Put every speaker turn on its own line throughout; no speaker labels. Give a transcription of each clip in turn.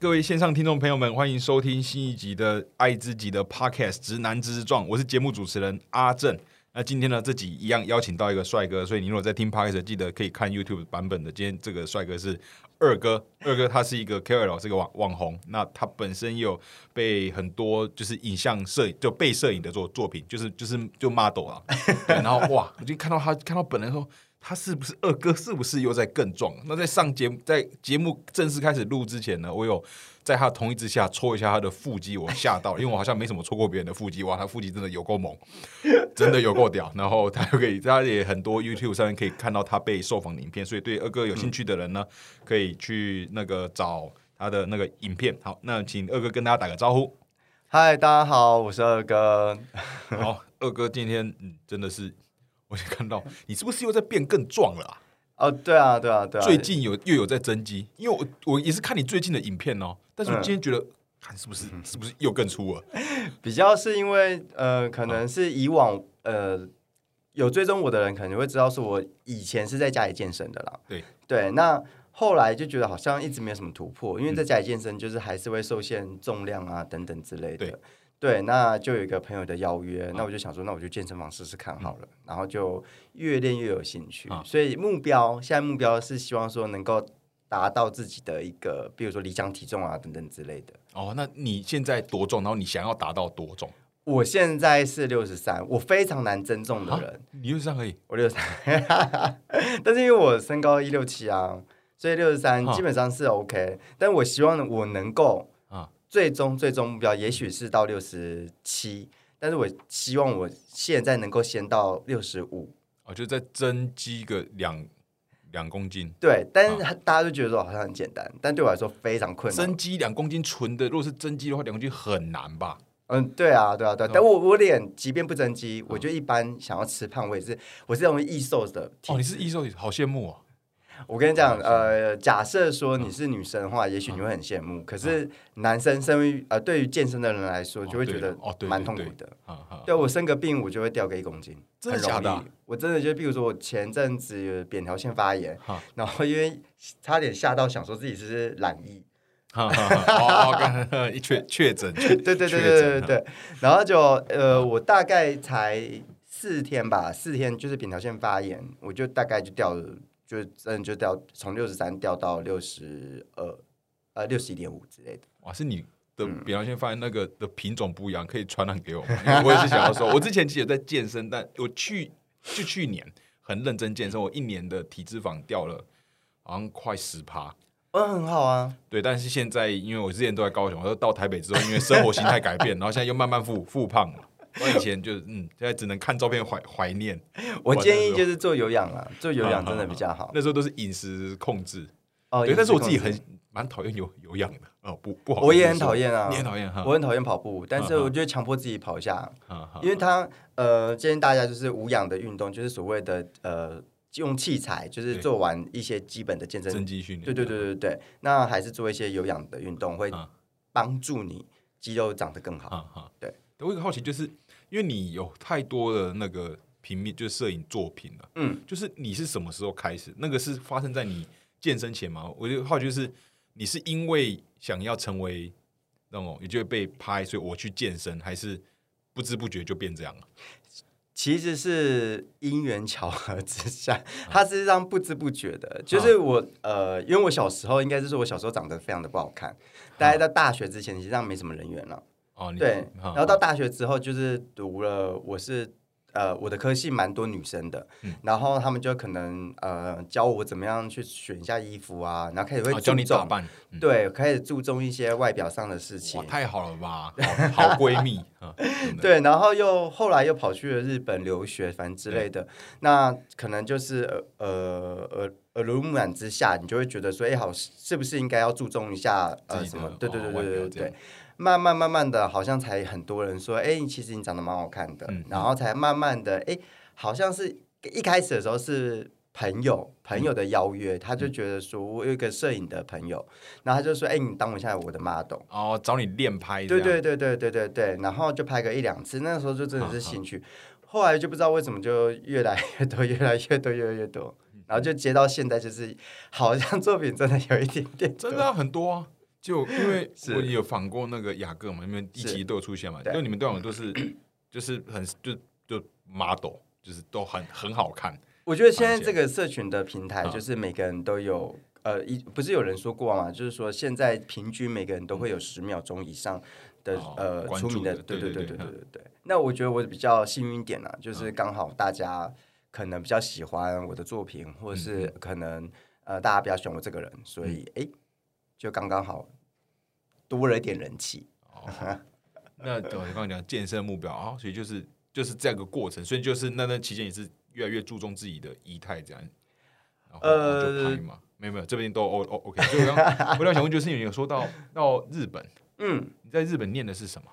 各位线上听众朋友们，欢迎收听新一集的《爱自己的 Podcast》直男之状》，我是节目主持人阿正。那今天呢，这集一样邀请到一个帅哥，所以你如果在听 Podcast，记得可以看 YouTube 版本的。今天这个帅哥是二哥，二哥他是一个 KOL，是个网网红。那他本身也有被很多就是影像摄影就被摄影的作作品，就是就是就 model 啊。对然后哇，我就看到他看到本人说。他是不是二哥？是不是又在更壮？那在上节目，在节目正式开始录之前呢，我有在他的同意之下戳一下他的腹肌，我吓到了，因为我好像没什么戳过别人的腹肌，哇，他腹肌真的有够猛，真的有够屌。然后他又可以，大家也很多 YouTube 上面可以看到他被受访的影片，所以对二哥有兴趣的人呢，可以去那个找他的那个影片。好，那请二哥跟大家打个招呼。
嗨，大家好，我是二哥。
好，二哥今天嗯真的是，我就看到你是不是又在变更壮了、啊？
哦，对啊，对啊，对啊，
最近有又有在增肌，因为我我也是看你最近的影片哦，但是我
嗯
今天觉得，看、是不是是不是又更粗了？
比较是因为呃，可能是以往呃有追踪我的人，可能会知道是我以前是在家里健身的啦。
对
对，那后来就觉得好像一直没有什么突破，因
嗯
为在家里健身就是还是会受限重量啊等等之类的
对。嗯
对，那就有一个朋友的邀约，那我就想说，那我就健身房试试看好了，然后就越练越有兴趣，
啊
所以目标现在目标是希望说能够达到自己的一个，比如说理想体重啊等等之类的。
哦，那你现在多重？然后你想要达到多重？
我现在是六十三，我非常难增重
啊
的人，
你又这样而已，
我六十三， 但是因为我身高一六七啊，所以六十三
啊
基本上是 OK，、但我希望我能够
啊
最终最终目标也许是到六十七，但是我希望我现在能够先到六十五。
哦，就在增肌个两两公斤，
对，但
啊
是大家都觉得说好像很简单，但对我来说非常困难
增。肌两公斤纯的，如果是增肌的话，两公斤很难吧？
嗯，对啊，对啊，对
嗯
啊但我我脸即便不增肌，我就一般想要吃胖，我也是我是容易易瘦的体
哦，你是易瘦，好羡慕哦。
我跟你讲，呃，假设说
嗯
你是女生的话，也许你会很羡慕。可是男生身为呃，对于健身的人来说，
哦
就会觉得
对哦对
蛮痛苦的。
啊啊，
对我生个病，我就会掉个一公斤，
真的
很容
假的
易
啊。
我真的就，比如说我前阵子有扁桃腺发炎
哈，
然后因为差点吓到，想说自己是懒医，
哈哈哈哦，刚才一确确诊，确
对对对
确
对
诊
对对对，然后就呃，我大概才四天吧，四天就是扁桃腺发炎，我就大概就掉了，就真的就掉从六十三掉到六十二，呃，六十一点五之类的。
哇，是你的
嗯
扁桃腺发现那个的品种不一样，可以传染给我吗。因 为我也是想要 说，我之前其实有在健身，但我去就去年很认真健身，我一年的体脂肪掉了好像快十趴。
嗯，很好啊，
对，但是现在因为我之前都在高雄，我到台北之后，因为生活形态改变，然后现在又慢慢复复胖了。我以前就是嗯，现在只能看照片怀怀念。
我
完
建议
了
就是做有氧啦，做有氧真的比较好。
那时候都是饮食控制，
哦，
啊对，但是我自己
饮食控
很
制，
蛮讨厌有有氧的，哦，不不好意思说，
我也很讨厌啊
你，很讨厌哈，
我很讨厌跑步，但是
嗯嗯
我就强迫自己跑一下，
哈哈
因为它呃，建议大家就是无氧的运动，就是所谓的呃，用器材，就是
对
做完一些基本的健身
增肌训练，
对对对对对，那还是做一些有氧的运动，会
啊
帮助你肌肉长得更好。
啊哈，
对。
我有个好奇，就是因为你有太多的那个平面，就是摄影作品了，
嗯，
就是你是什么时候开始？那个是发生在你健身前吗？我就好奇，就是你是因为想要成为那种，也就会被拍，所以我去健身，还是不知不觉就变这样了？
其实是因缘巧合之下，
嗯
它事实上不知不觉的，就是我、呃，因为我小时候应该是说，我小时候长得非常的不好看，大概到大学之前，其实上没什么人缘了。
哦，嗯你
对，
哈
然后到大学之后就是读了，我是呃我的科系蛮多女生的，
嗯
然后他们就可能呃教我怎么样去选一下衣服啊，然后开始会
哦教你
注重
打扮，嗯
对，开始注重一些外表上的事情
哇，。太好了吧，好好闺蜜啊，真的，
对，然后又后来又跑去了日本留学，反正之类的。那可能就是呃呃呃耳濡目染之下，你就会觉得说，哎，好，是不是应该要注重一下
自
呃
己
什
的
么？对对
哦
对
外
对
表
对
这
对
样
对。慢慢慢慢的，好像才很多人说，哎，其实你长得蛮好看的。
嗯
然后才慢慢的，哎，好像是一开始的时候是朋友朋
嗯
友的邀约，他就觉得说我有一个摄影的朋友，然后他就说，哎，你当我一下我的 model。
哦，找你练拍，
对对，对对对对对，然后就拍个一两次，那时候就真的是兴趣，后来就不知道为什么就越来越多，越来越多，越来越多，然后就接到现在就是好像作品真的有一点点
真的啊很多啊，就因为
是
我也有访过那个雅各嘛，因为一集
是
都有出现嘛，
对
就你们队长都是 就是很就就 model，就是都很很好看，
我觉得现
了
在
解
这个社群的平台，
嗯
就是每个人都有。呃，一不是有人说过嘛，就是说现在平均每个人都会有十秒钟以上的、
嗯哦
呃
关
出名
注的
对
对
对
对
对
嗯
对对。那我觉得我比较幸运一点啦、就是刚好大家可能比较喜欢我的作品，
嗯
或者是可能呃大家比较喜欢我这个人，所以哎、诶就刚刚好多了一点人气。
那对我刚刚讲健身目标啊，所以就是就是这个过程，所以就是那段期间也是越来越注重自己的仪态这样，然后然后就
呃
拍嘛，没有没有，这边都 O O OK。所以我刚 我刚想问，就是你有说到到日本，
嗯，
你在日本念的是什么？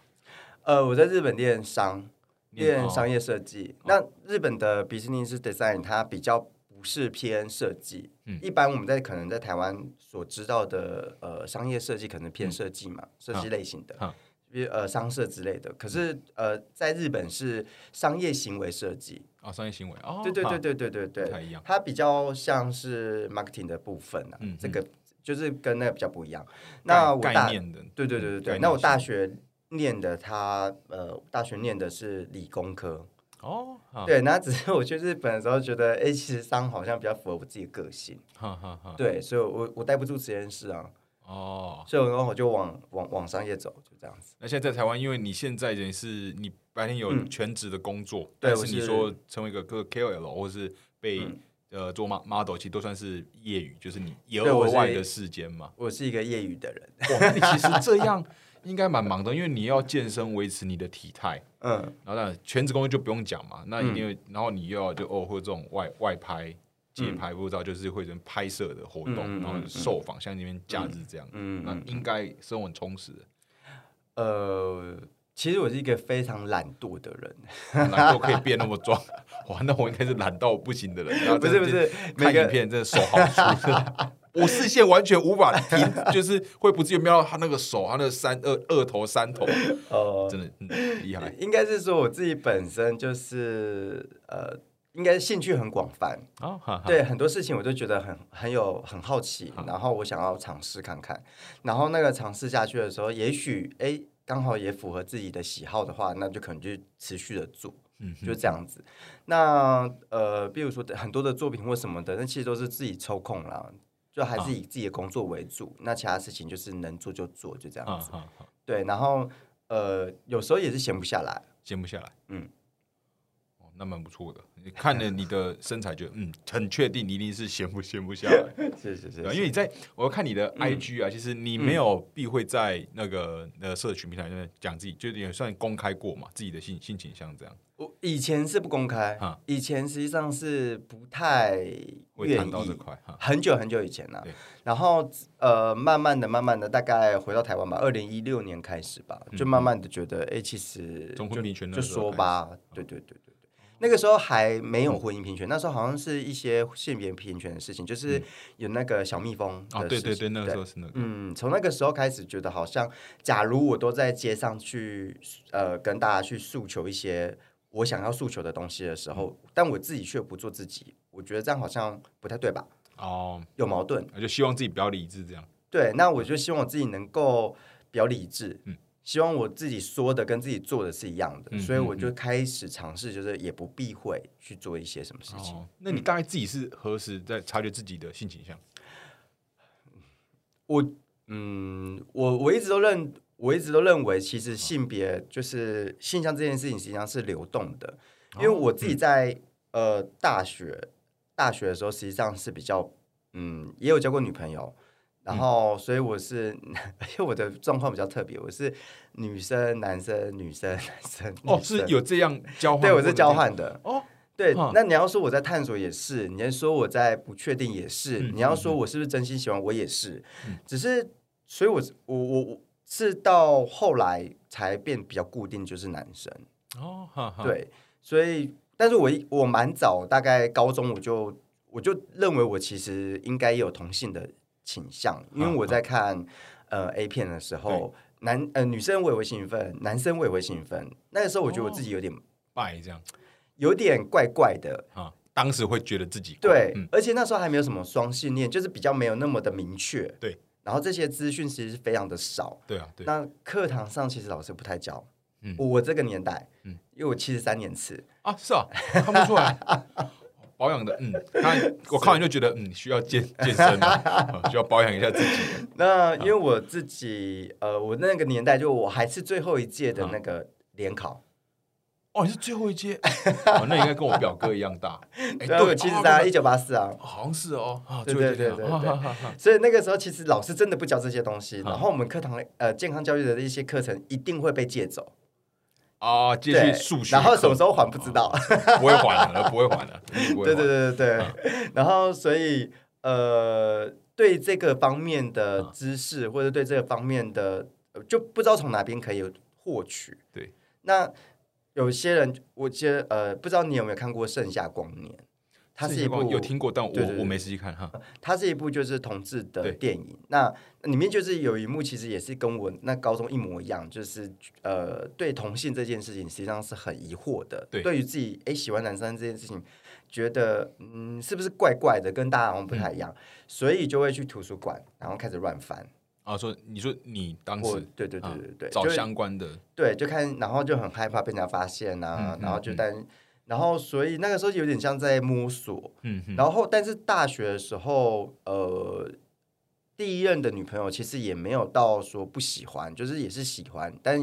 呃，我在日本练商，
念
练
哦
商业设计。那日本的 business design 它比较不是偏设计，
嗯
一般我们在可能在台湾所知道的呃商业设计可能偏
嗯
设计嘛，设计类型的
啊，
比如呃商社之类的。
嗯
可是呃，在日本是商业行为设计，
啊，商业行为哦，
对对对
啊，
对对对对
不太一样，
它比较像是 marketing 的部分啊
嗯，
这个就是跟那个比较不一样。那我
概
大
概念的，
对对
嗯
对对
概
对，
念
那我大
性
学念的它呃大学念的是理工科，
哦，啊
对，那只是我去日本的时候觉得，哎、其实商好像比较符合我自己的个性，
哈哈哈，
对，所以我我待不住实验室啊，
哦，
所以然后我就往往往商业走，就这样子。
那现在在台湾，因为你现在等于是你白天有
嗯
全职的工作，但
对我
是你
是
说成为一个个 KOL 或是被、
嗯
呃做 mo- model，其实都算是业余，就是你有
对我
额外
是
的时间嘛。
我是一个业余的人，
哇， 那你其实这样应该蛮忙的，因为你要健身维持你的体态，
嗯，
然后当然全职工作就不用讲嘛，那一定会，然后你又要就哦会有这种外外拍。街拍不知道就是会有人拍摄的活动，
嗯嗯嗯嗯
然后
嗯
受访，像这边假日这样，
嗯嗯
那应该生活很充实的，
呃，其实我是一个非常懒惰的人，
懒惰可以变那么壮， 哇，那我应该是懒到不行的人。然后
不是不是
真的
每
看
个
影片真的手好粗， 我视线完全无法停，就是会不自觉瞄到他那个手，他那个三二二头三头，
呃，
真的嗯厉害
应该是说我自己本身就是呃，应该兴趣很广泛，
啊！哈哈，
对很多事情我就觉得很很有很好奇，然后我想要尝试看看，然后那个尝试下去的时候，也许哎刚好也符合自己的喜好的话，那就可能就持续的做，
嗯
就这样子。那呃，比如说很多的作品或什么的，那其实都是自己抽空啦，就还
啊
是以自己的工作为主，那其他事情就是能做就做，就这
啊
样子。
哈哈，
对，然后呃有时候也是闲不下来，
闲不下来，
嗯
哦，那蛮不错的。你看了你的身材就，嗯，很确定你一定是 闲不闲不下来。
是是是嗯
对啊，因为你在我看你的 IG 啊，其实你没有避讳在那个呃社群平台上面讲自己，就是也算公开过嘛，自己的性性倾向这样。
我以前是不公开
啊，
以前实际上是不太
会
愿
谈到这
意。
块哈。
很久很久以前了、
对
然后呃，慢慢的、慢慢的，大概回到台湾吧，二零一六年开始吧，就慢慢的觉得，哎、其实
从嗯婚
就
民权那
就
时候
说
开
吧，对对对对对，那个时候还没有婚姻平权，那时候好像是一些性别平权的事情，就是有那个小蜜蜂的
嗯哦，
事
对
情，
对对，那个时候是那个，
嗯，从那个时候开始，觉得好像，假如我都在街上去，呃，跟大家去诉求一些我想要诉求的东西的时候，
嗯
但我自己却不做自己，我觉得这样好像不太对吧？
哦，
有矛盾。
就希望自己比较理智这样。
对，那我就希望我自己能够比较理智，希望我自己说的跟自己做的是一样的，
嗯
所以我就开始尝试，就是也不避讳去做一些什么事情。
哦，那你大概自己是何时在察觉自己的性倾向？
我嗯，我我一直都认，我一直都认为，其实性别就是性向这件事情，实际上是流动的。因为我自己在、呃大学大学的时候，实际上是比较嗯，也有交过女朋友，然后所以我是， 因为我的状况比较特别，我是女生男生女生男生
哦，
女
是
生
有这样交换？
嗯对我是交。换的，
哦，
对
嗯，
那你要说我在探索也是，你要说我在不确定也是，
嗯
你要说我是不是真心喜欢我也是，只是，所以我我我我是到后来才变比较固定，就是男生，
哦，哈哈，，
对，所以，但是我一我蛮早，大概高中我就我就认为我其实应该也有同性的倾向，因为
嗯
我在看呃 A 片的时候，男呃女生我也会兴奋，男生我也会兴奋，那个时候我觉得我自
哦
己有点、
拜这样
有点怪怪的，
啊，当时会觉得自己
对，
嗯
而且那时候还没有什么双性恋，就是比较没有那么的明确。
对，
然后这些资讯其实是非常的少。
对啊，对，
那课堂上其实老师不太教，
嗯
我这个年代，
嗯
因为我七十三年次，
啊，是啊，看不出来。保养的，嗯，看我看完就觉得，嗯，需要健健身了、啊需要保养一下自己。
那因为我自己，呃，我那个年代就我还是最后一届的那个联考，
哦，你是最后一届，哦，那你应该跟我表哥一样大。哎，
然后
对，
我啊七十
哦
三，一
对
九八四啊。
好像是哦，啊，
对
最后一届
对对
啊
对
哈哈哈
所以那个时候，其实老师真的不教这些东西，
啊
然后我们课堂呃健康教育的一些课程一定会被借走，
啊，继续
对
数学课，哦啊
然后什么时候还不知道，
不会还了，不会还了，不会还
对对对对对， 然后所以呃，对这个方面的
啊
知识、或者对这个方面的，呃就不知道从哪边可以获取。
对，
那有些人，我记得呃，不知道你有没有看过《盛夏光年》，它是一部
有听过，但我
对对对
我没仔细看哈。
它是一部就是同志的
对
电影。那里面就是有一幕，其实也是跟我那高中一模一样，就是呃，对同性这件事情实际上是很疑惑的。
对
于自己哎喜欢男生这件事情，觉得嗯是不是怪怪的，跟大家好像不太
嗯
一样，所以就会去图书馆，然后开始乱翻。
啊，说你说你当
我
时
对对对
啊
对对，
找
就是
相关的，
对，就看，然后就很害怕被人家发现啊，
嗯嗯
然后就
嗯
但。然后，所以那个时候有点像在摸索，
嗯哼，
然后，但是大学的时候，呃，第一任的女朋友其实也没有到说不喜欢，就是也是喜欢，但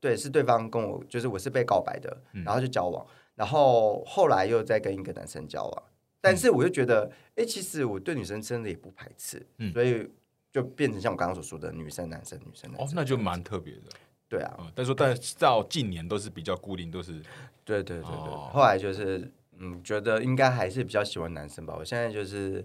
对是对方跟我，就是我是被告白的，
嗯
然后就交往，然后后来又再跟一个男生交往，但是我就觉得，哎、其实我对女生真的也不排斥，
嗯
所以就变成像我刚刚所说的女生男生女生男生，
哦，那就蛮特别的
对啊，
啊。但说但到近年都是比较固定，都是
对对对对，
哦
后来就是嗯，觉得应该还是比较喜欢男生吧，我现在就是。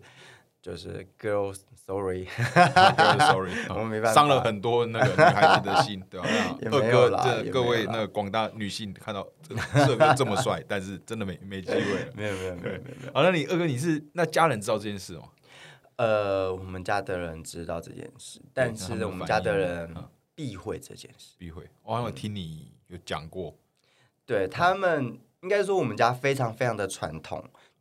就是 girls sorry，
sorry，
我没办
嗯
法
伤了很多那个女孩子的 心，对吧？
也
那
没
二
有
哥
啦也没
这
有
各位
啦
那个广大女性看到这个二哥这么帅，但是真的没没机会了。
没有没有没有没有。
好，那你二哥你是那家人知道这件事吗？
呃，我们家的人知道这件事，但
那他们
是我们
反
家
应
的
呢
人
嗯
避讳这件事。
避讳，我好像有听你有讲过，
对他们，应该说我们家非常非常的传统，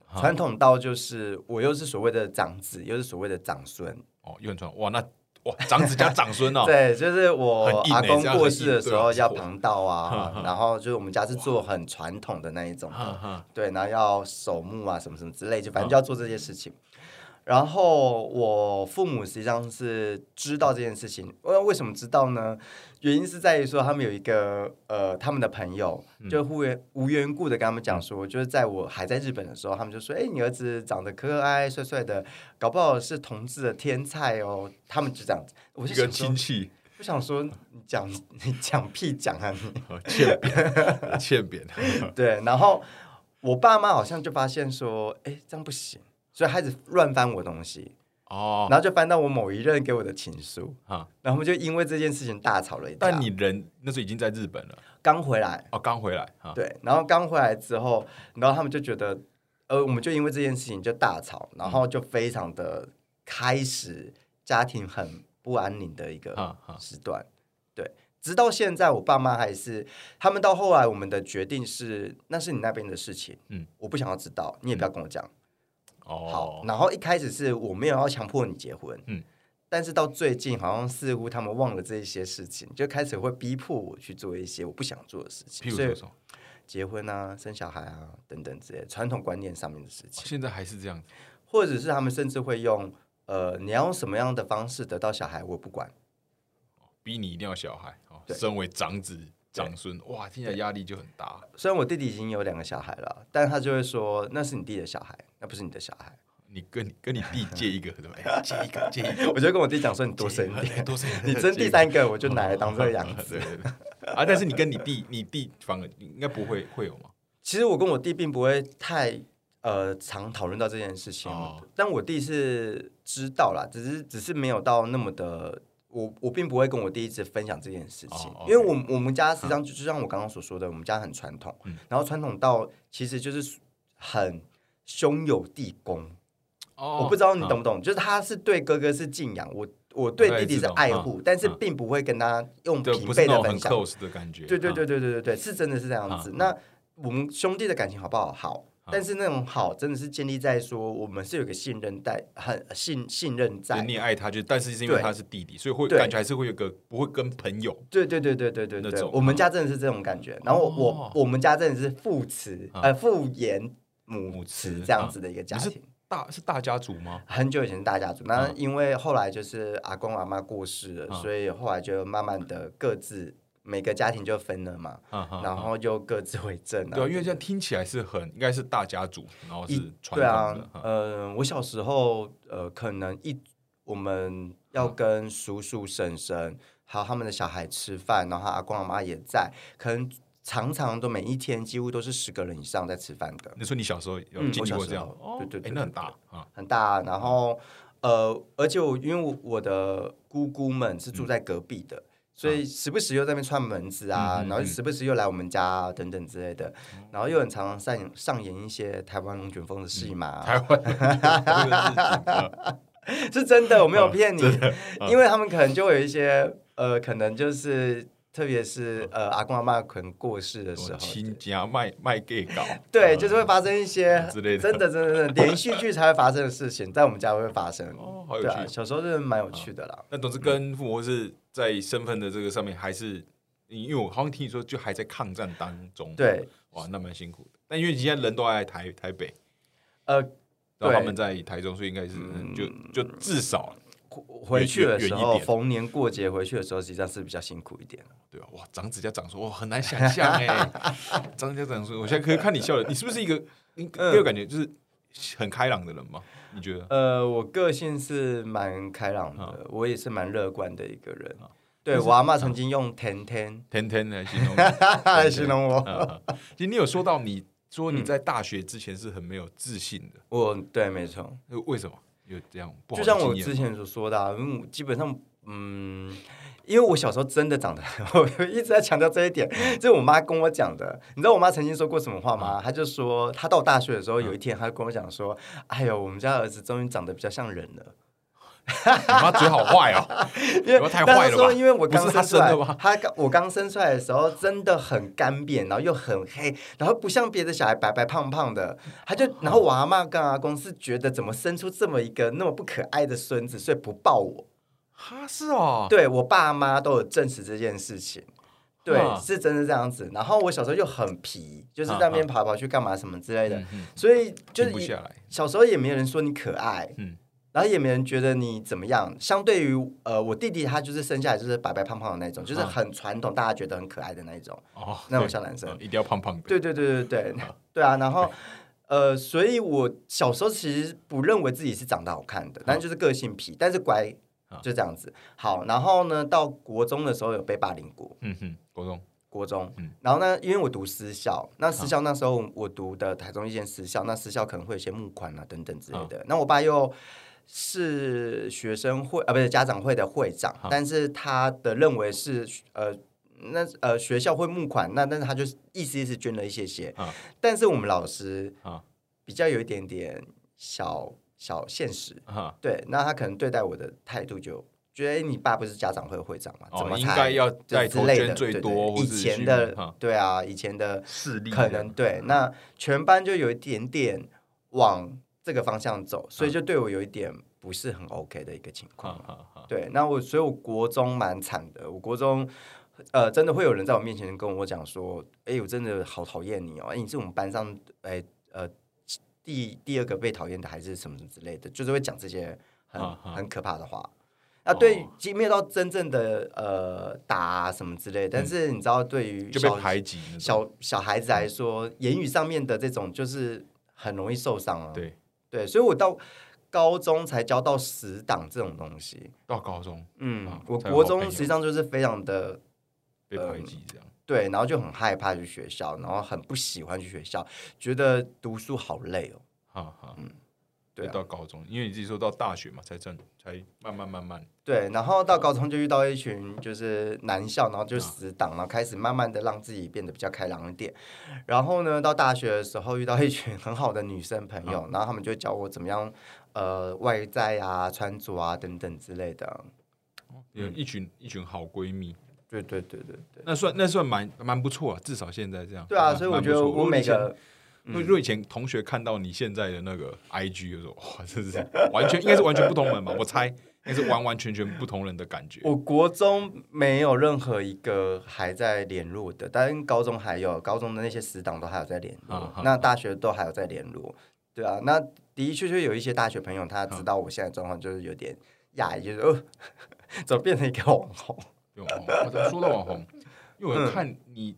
啊
传统到就是我又是所谓的长子，又是所谓的长孙。
哦，又很传哇，那哇长子加长孙 哦，
对，就是我
很硬
阿
欸
公
这样
过
很
世
硬
的时
对啊
候
是
要
我
旁道 啊，然后就是我们家是做很传统的那一种的
哈哈，
对，然后要守墓啊，什么什么之类，就
嗯
反正就要做这些事情。然后我父母实际上是知道这件事情，为为什么知道呢？原因是在于说他们有一个呃，他们的朋友
嗯
就忽然无缘故的跟他们讲说，就是在我还在日本的时候，他们就说：“哎、你儿子长得可可爱爱、帅帅的，搞不好是同志的天才哦。”他们就这样子，我
一
就
个
想说
亲，戚
我想说你讲 你讲屁讲啊你！
哦欠扁， 欠扁，
对，然后我爸妈好像就发现说，哎，这样不行，所以开始乱翻我东西，
哦，
然后就翻到我某一任给我的情书，
哈，
然后我们就因为这件事情大吵了一架。
但你人那时候已经在日本了，
刚回来，
哦，刚回来哈，
对，然后刚回来之后，然后他们就觉得，呃，我们就因为这件事情就大吵，然
嗯
后就非常的开始家庭很不安宁的一个
哈哈，
时段。对，直到现在，我爸妈还是他们到后来，我们的决定是那是你那边的事情，
嗯
嗯，我不想要知道，你也不要跟我讲。好，
哦，
然后一开始是我没有要强迫你结婚，
嗯
嗯。但是到最近，好像似乎他们忘了这一些事情，就开始会逼迫我去做一些我不想做的事
譬
情，
如
所
说
以
什么，
结婚啊、生小孩啊等等之类的传统观念上面的事情。
现在还是这样子，
或者是他们甚至会用呃，你要用什么样的方式得到小孩，我不管。
逼你一定要小孩，哦，
对
身为长子长孙，哇，听起来压力就很大，
虽然我弟弟已经有两个小孩了，但他就会说那是你弟的小孩，那不是你的小孩。
你跟你跟你弟借一个，对 吧？哎借一个，借一个，
我就跟我弟讲说你多
借
生一
个哎
点，
多生一个，
你
借
生
一
第
个
三个我就拿来当这个养子
对。对 对啊！但是你跟你弟，你弟反而应该不会会有吗？
其实我跟我弟并不会太呃常讨论到这件事情，
哦
但我弟是知道啦，只是只是没有到那么的。我我并不会跟我弟一直分享这件事情，
哦，OK
因为我我们家实际上就就像我刚刚所说的，我们家很传统，
嗯
然后传统到其实就是很兄友弟恭，
哦
我不知道你懂不懂，就是他是对哥哥是敬仰，我我对弟弟是爱护，
嗯
但是并不会跟他用
对，
平
不是
辈
那
的
种
分
很
享。
close 的感觉。
对对对对对对对，是真的是这样
啊
子。
嗯
那我们兄弟的感情好不好？好，但是那种好真的是建立在说我们是有个信任在，很信信任
就
在。
你也爱他，就但是是因为
对
他是弟弟，所以会
对
感觉还是会有个不会跟朋友
对对对对对对
那
对，
种
我们家真的是这种感觉。然后我、
哦
我我们家真的是父慈、
啊
呃父严
母
母
慈
慈这样子的一个家
啊你
庭。
大是大家族吗？
很久以前是大家族，那
啊
因为后来就是阿公阿妈过世了，
啊
所以后来就慢慢的各自每个家庭就分了嘛，
啊哈，
然
啊
后就各自为政
对啊，因为这样听起来是很应该是大家族，然后是
一
传
对啊
统的，嗯哈
呃，我小时候呃，可能一我们要
嗯
跟叔叔婶婶还有他们的小孩吃饭，然后阿公阿妈也在，可能常常都每一天几乎都是十个人以上在吃饭的，
你说你小时候有
嗯
经
我
历
小
过
时
这样？
候对对
哎
对
那很
对
大啊，
很大。然后呃，而且我因为我我的姑姑们是
嗯
住在隔壁的。所以时不时又在那边串门子啊，
啊嗯嗯
然后
嗯
时不时又来我们家、啊、等等之类的，然后又很常上演上演一些台湾龙卷风的戏 嘛，
台湾这个事情 啊
是真的，我没有骗你
嗯真，
因为他们可能就会有一些呃，可能就是特别是呃阿公阿妈可能过世的时
我
候，
嗯哦亲家卖卖 gay 搞，
对，
嗯
就是会发生一些
之类的
真的真的真的连续剧才会发生的事情，在我们家会发生。
哦，好有
对
趣
啊，。小时候真的蛮有趣的啦。
但总之跟父母或是在身份的这个上面，还是因为我好像听你说，就还在抗战当中。，
对，
哇，那蛮辛苦的。但因为你现在人都在台台北，
呃，
然后
对嗯
他们在台中，所以应该是就就至少
回回去的时
远一
候，
点
逢年过节回去的时候，实际上是比较辛苦一点。
对吧？哇，长指甲长说，哇，很难想象哎。 长指甲长说，我现在可以看你笑了，你是不是一个你
嗯
给我感觉就是很开朗的人吗？你觉得？
呃，我个性是蛮开朗
啊
的，我也是蛮乐观的一个人
啊。
对
但是
我阿妈曾经用甜甜
天天来形容你，
嗯 来形容我，
嗯嗯其实你有说到你说
嗯
你在大学之前是很没有自信的，
我对，没错。
呃为什么有这样不好
就
的
像我
经验
之
吗
前所说的、啊，因为我基本上，嗯，因为我小时候真的长得， 我一直在强调这一点，
嗯
这是我妈跟我讲的。你知道我妈曾经说过什么话吗？她就说，她到大学的时候，有
嗯
一天她跟我讲说：“哎呦，我们家儿子终于长得比较像人了。
你妈嘴好坏哦，”
因为
不要太
但
坏
她
了
说
吧
因为我
不是
刚
她
生出来
生的吗，
她刚我刚生出来的时候真的很干瘪，然后又很黑，然后不像别的小孩白白胖胖的。她就，
哦
然后我阿妈跟阿公是觉得怎么生出这么一个那么不可爱的孙子，所以不抱我。
哈是哦，
对我爸妈都有证实这件事情，对，
啊
是真的这样子。然后我小时候又很皮，就是在那边跑来跑去干嘛什么之类的，
嗯嗯
所以就是
停不
一
下来，
小时候也没有人说你可爱，
嗯
然后也没人觉得你怎么样。相对于呃，我弟弟他就是生下来就是白白胖胖的那种，就是
啊
很传统，大家觉得很可爱的那一种。
哦，
那种
对
小男生
嗯一定要胖胖的，
对对对对对，对啊，然后。呃，所以我小时候其实不认为自己是长得好看的，但就是个性皮，但是乖
啊，
就这样子。好，然后呢，到国中的时候有被霸凌过，
嗯哼，国中
国中
嗯，
然后呢，因为我读私校，那私校那时候我读的台中一间私校，那私校可能会有一些募款啊等等之类
嗯
的。那我爸又是学生会啊，不是家长会的会长
啊，
但是他的认为是呃。那呃，学校会募款，那但是他就是意思意思捐了一些些，
啊
但是我们老师
啊
比较有一点点小小现实，
啊，
对，那他可能对待我的态度就觉得，哎、你爸不是家长会会长嘛，怎
哦，
么
应
才
该要
就
带
是之
头
类
捐
的，
最
对
多，
对
或
以
是
前
去
的
啊
对啊，以前的
势力啊
可
这样
能对，那全班就有一点点往这个方向走，所以就对我有一点不是很 OK 的一个情
啊
况。
啊啊
对，那我所以我国中蛮惨的，我国中。呃，真的会有人在我面前跟我讲说：“哎、我真的好讨厌你哦！哎、你是我们班上哎、呃第第二个被讨厌的，还是什么什么之类的，就是会讲这些很、
啊啊
很可怕的话。”啊，对
哦，
即没有到真正的呃打、啊、什么之类，但是你知道，对于
嗯就被
小
排挤嗯那种，
小小孩子来说，言语上面的这种就是很容易受伤啊。
对，
对，所以我到高中才教到死党这种东西。
到高中
嗯，
啊
我
才有
国
好朋
中
友
实际上就是非常的
被
呃
排挤这样，
对，然后就很害怕去学校，然后很不喜欢去学校，觉得读书好累哦。
哈哈，
对
就
啊
到高中，因为你自己说到大学嘛，才正才慢慢慢慢，
对，然后到高中就遇到一群就是男校，然后
啊
就死党，然后开始慢慢的让自己变得比较开朗一点。然后呢，到大学的时候遇到一群 很好的女生朋
啊
友，然后他们就教我怎么样呃外在啊、穿着啊等等之类的。嗯
有一群一群好闺蜜，
对对对对对。
那算那算蛮蛮不错啊，至少现在这样。
对啊，
蛮
所以我
蛮
觉
不
得
错
我每
以前
个嗯
因为如果以前同学看到你现在的那个 IG 的时候， 哇，真是完全应该是完全不同人吧？我猜应该是完完全全不同人的感觉。
我国中没有任何一个还在联络的，但高中还有，高中的那些死党都还有在联络，
啊啊
那大学都还有在联络，对啊，那的的确确有一些大学朋友，
嗯
他知道我现在状况，就是有点讶异，就是、呃、 怎么变成一个网 红？
对网红，哦我说到网红，因为我有看你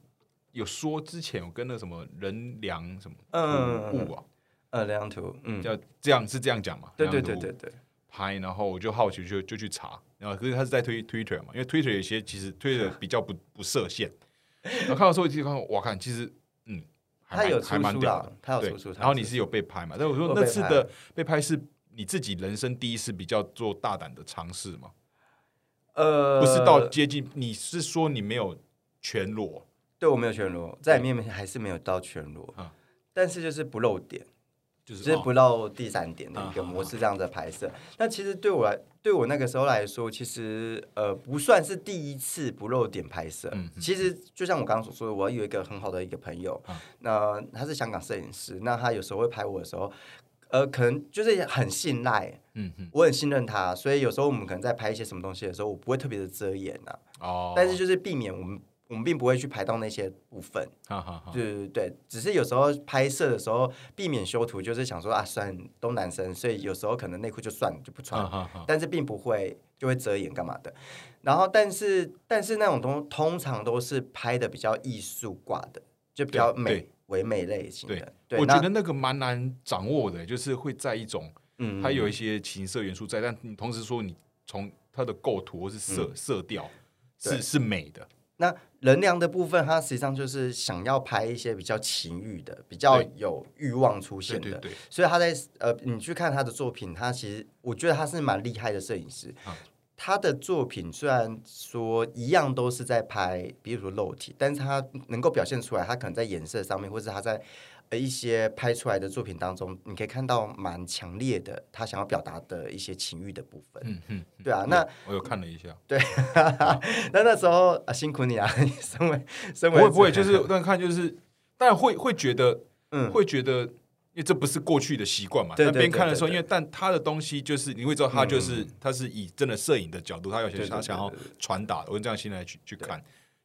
有说之前有跟那个什么人梁什么
嗯
物啊，
呃，梁图，嗯，
叫这样是这样讲嘛？
对对
梁
对
图
对对，
拍，然后我就好奇就就去查，然后可是他是在推 Twitter 嘛，因为 Twitter 有些其实 Twitter 比较不不设限，然后看到时候就看我看其实嗯，还
他
蛮
有
还
出
蛮
书
屌
啦
的，，
他有
对
出书，，他
然后你
出
是有被拍嘛？但我说
我
那
被
次
拍
的被拍是你自己人生第一次比较做大胆的尝试嘛？
呃，
不是到接近，你是说你没有全裸？
对我没有全裸，在里面还是没有到全裸
啊，
但是就是不露点。
就是哦
就是不到第三点的一个
啊
模式这样的拍摄。那其实对我来，对我那个时候来说，其实呃不算是第一次不露点拍摄。
嗯
其实就像我刚刚所说的，我有一个很好的一个朋友，
啊
那他是香港摄影师，那他有时候会拍我的时候，呃，可能就是很信赖，
嗯嗯
我很信任他，所以有时候我们可能在拍一些什么东西的时候，我不会特别的遮掩啊，
哦，
但是就是避免我们。我们并不会去拍到那些部分，
哈哈哈，
对对对，只是有时候拍摄的时候避免修图，就是想说啊，算都男生，所以有时候可能内裤就算了就不穿，
哈哈哈，
但是并不会就会遮掩干嘛的。然后，但是但是那种东通常都是拍的比较艺术挂的，就比较
对
美
对
唯美类型的。对，
我
那
觉得那个蛮难掌握的，就是会在一种
嗯
它有一些情色元素在，但你同时说你从它的构图或是色、色调是
嗯对
是美的，
那人量的部分，它实际上就是想要拍一些比较情欲的，比较
对
有欲望出
对
现
对
的。
对，
所以他在呃，你去看他的作品，他其实我觉得他是蛮厉害的摄影师。
啊
他的作品虽然说一样都是在拍，比如说肉体，但是他能够表现出来，他可能在颜色上面，或是他在呃一些拍出来的作品当中，你可以看到蛮强烈的他想要表达的一些情欲的部分。
嗯嗯，嗯
对啊
我
那
我有看了一下，
那那时候啊，辛苦你啊，你身为身
不
为
会不会，就是但看就是，但会会觉得
嗯
会觉得，因为这不是过去的习惯嘛。
对
但
对
边看的时候，
对
因
对嗯
为但他的东西就是你会知道，他就是他是以真的摄影的角度，他有
对
些
对
他
对
想要
对对嗯
传达的，我用这样心态去去看，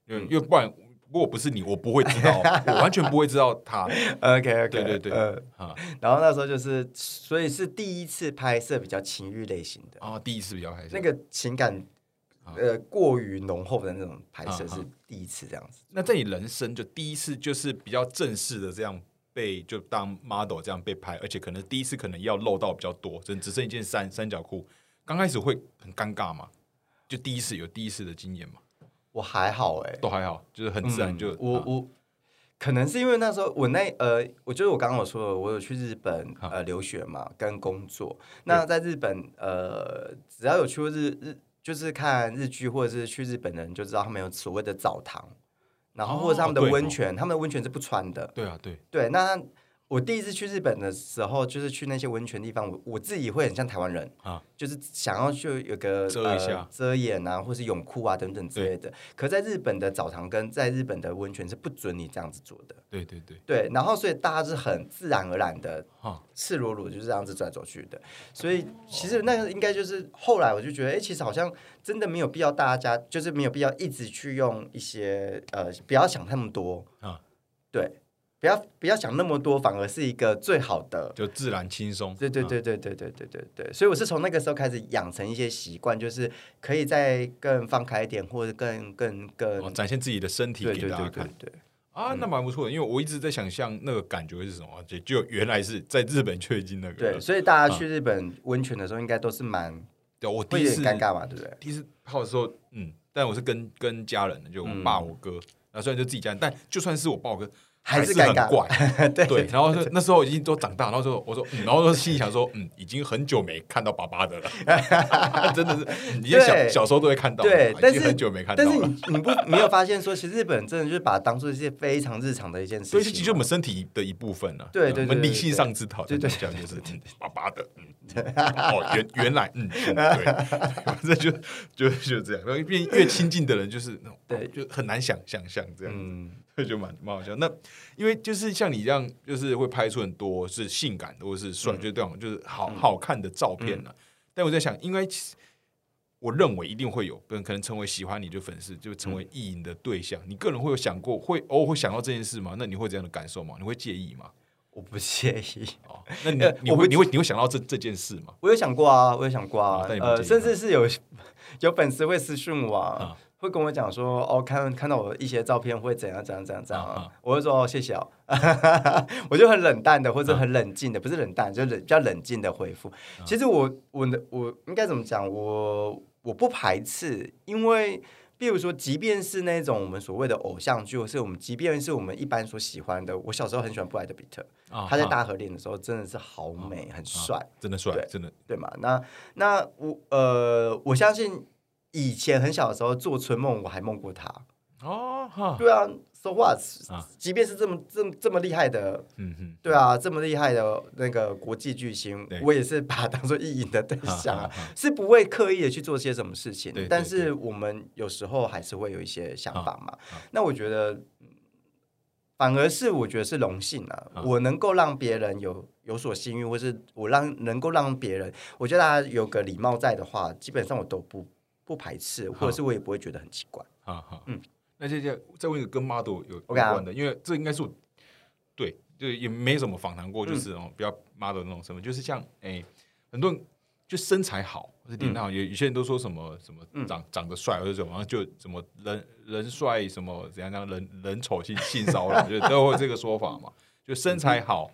因为因为不然，如果我不是你，我不会知道， 我完全不会知道他
OK OK
对对对
呃，
啊
然后那时候就是，所以是第一次拍摄比较情欲类型的。
啊。第一次比较开心。
那个情感
啊
呃过于浓厚的那种拍摄
啊啊
是第一次这样子。
那在你人生就第一次就是比较正式的这样。被就当 model 这样被拍，而且可能第一次可能要露到比较多，只只剩一件三三角裤。刚开始会很尴尬嘛，就第一次有第一次的经验嘛。
我还好哎、
都还好，就是很自然
嗯
就、
我
啊
我可能是因为那时候我那呃，我就是我刚刚我说的，我有去日本
啊
呃留学嘛，跟工作。那在日本呃，只要有去过日日，就是看日剧或者是去日本的人就知道他们有所谓的澡堂，然后或者是他们的
哦对哦
温泉，他们的温泉是不穿的。
对啊对，
对，那我第一次去日本的时候，就是去那些温泉地方，我我自己会很像台湾人
啊，
就是想要去有个
遮一下
呃、遮掩啊，或是泳裤啊等等之类的。可在日本的澡堂跟在日本的温泉是不准你这样子做的。
对对对，
对，然后所以大家是很自然而然的
哈，
赤裸裸就是这样子走来走去的，所以其实那个应该就是后来我就觉得，哎、其实好像真的没有必要，大家就是没有必要一直去用一些呃，不要想那么多
啊
对，不要不要想那么多，反而是一个最好的。
就自然轻松。
对对
啊，
对对对对对对对，所以我是从那个时候开始养成一些习惯，就是可以再更放开一点，或者更更更
哦，展现自己的身体
对
给
对
大
对
家
对嗯
看
对，
啊，那蛮不错的。因为我一直在想象那个感觉会是什么，就就原来是在日本就已经那个
对，
了。
所以大家去日本温泉的时候，应该都是蛮
对，啊我嗯第
会
一
有
次
点尴尬嘛，对不对？
第一次泡的时候，嗯，但我是跟跟家人的，就
嗯
我爸我哥，那虽然就自己家人，但就算是我爸我哥。
还
是
是
很
尴尬
怪，
对
对。然后是那时候已经都长大，然后说我说，嗯然后说心里想说，嗯，已经很久没看到爸爸的了， 真的 是，你小
对
小时候都会看到，
对
啊已，
但
经
是
很久没看到
但
了。
是你你不没有发现说，其实日本人真的就是把它当做一件非常日常的一件事
所
情
以
嘛。
这其实我们身体的一部分了、啊。
对对对
我们理性上知道，
对对
这样就是嗯爸爸的，嗯，嗯哦，原原来，嗯，嗯对， 反正就就就这样，然后越越亲近的人，就是那种
对
就很难想想象这样。
嗯，
就觉得蛮蛮好笑。那因为就是像你这样，就是会拍出很多是性感的或是帅，就是这种就是好好看的照片了、但我在想，应该其实我认为一定会有，可能可能成为喜欢你的粉丝，就成为意淫的对象。你个人会有想过，会偶尔会想到这件事吗？那你会有这样的感受吗？你会介意吗？
我不介意。
哦，那你
呃
你
我
会
不
你会你会想到这这件事吗？
我有想过啊，我有想过
啊
啊，
但你不介
呃，
意
甚至是有 有粉丝会私讯我、啊，
啊
会跟我讲说，哦，看看到我一些照片会怎样怎样怎样怎样、
啊啊
我会说哦，谢谢哦， 我就很冷淡的或者很冷
啊
静的，不是冷淡，就冷比较冷静的回复。其实我我的我应该怎么讲？我我不排斥，因为。比如说，即便是那种我们所谓的偶像剧，或是我们，即便是我们一般所喜欢的，我小时候很喜欢布莱德比特，
啊
他在
啊
大河恋的时候真的是好美，很帅。
真的帅，
对
真的
对嘛？那那我呃，我相信以前很小的时候做春梦，我还梦过他。
哦哈，
对啊，so what？、
啊
即便是这么这么这么厉害的，
嗯哼，
对啊，这么厉害的那个国际巨星
对，
我也是把他当做意淫的对象
啊
啊
啊啊，
是不会刻意的去做些什么事情
对对。
但是我们有时候还是会有一些想法嘛。
啊
那我觉得，嗯反而是我觉得是荣幸啊，
啊
我能够让别人有有所幸运，或是我让能够让别人，我觉得大家有个礼貌在的话，基本上我都不不排斥，或者是我也不会觉得很奇怪。
好好，嗯
嗯，
那这这再问一个跟 model 有有
OK 啊
关的，因为这应该是我对，就也没怎么访谈过，
嗯
就是哦，比较 model 那种什么，就是像哎、很多人就身材好，或是脸蛋好，有有些人都说什么什么
嗯
长长得帅，或者什么，然后就什么人人帅什么怎样怎样，人人丑性性骚扰，就都会有这个说法嘛，就身材好。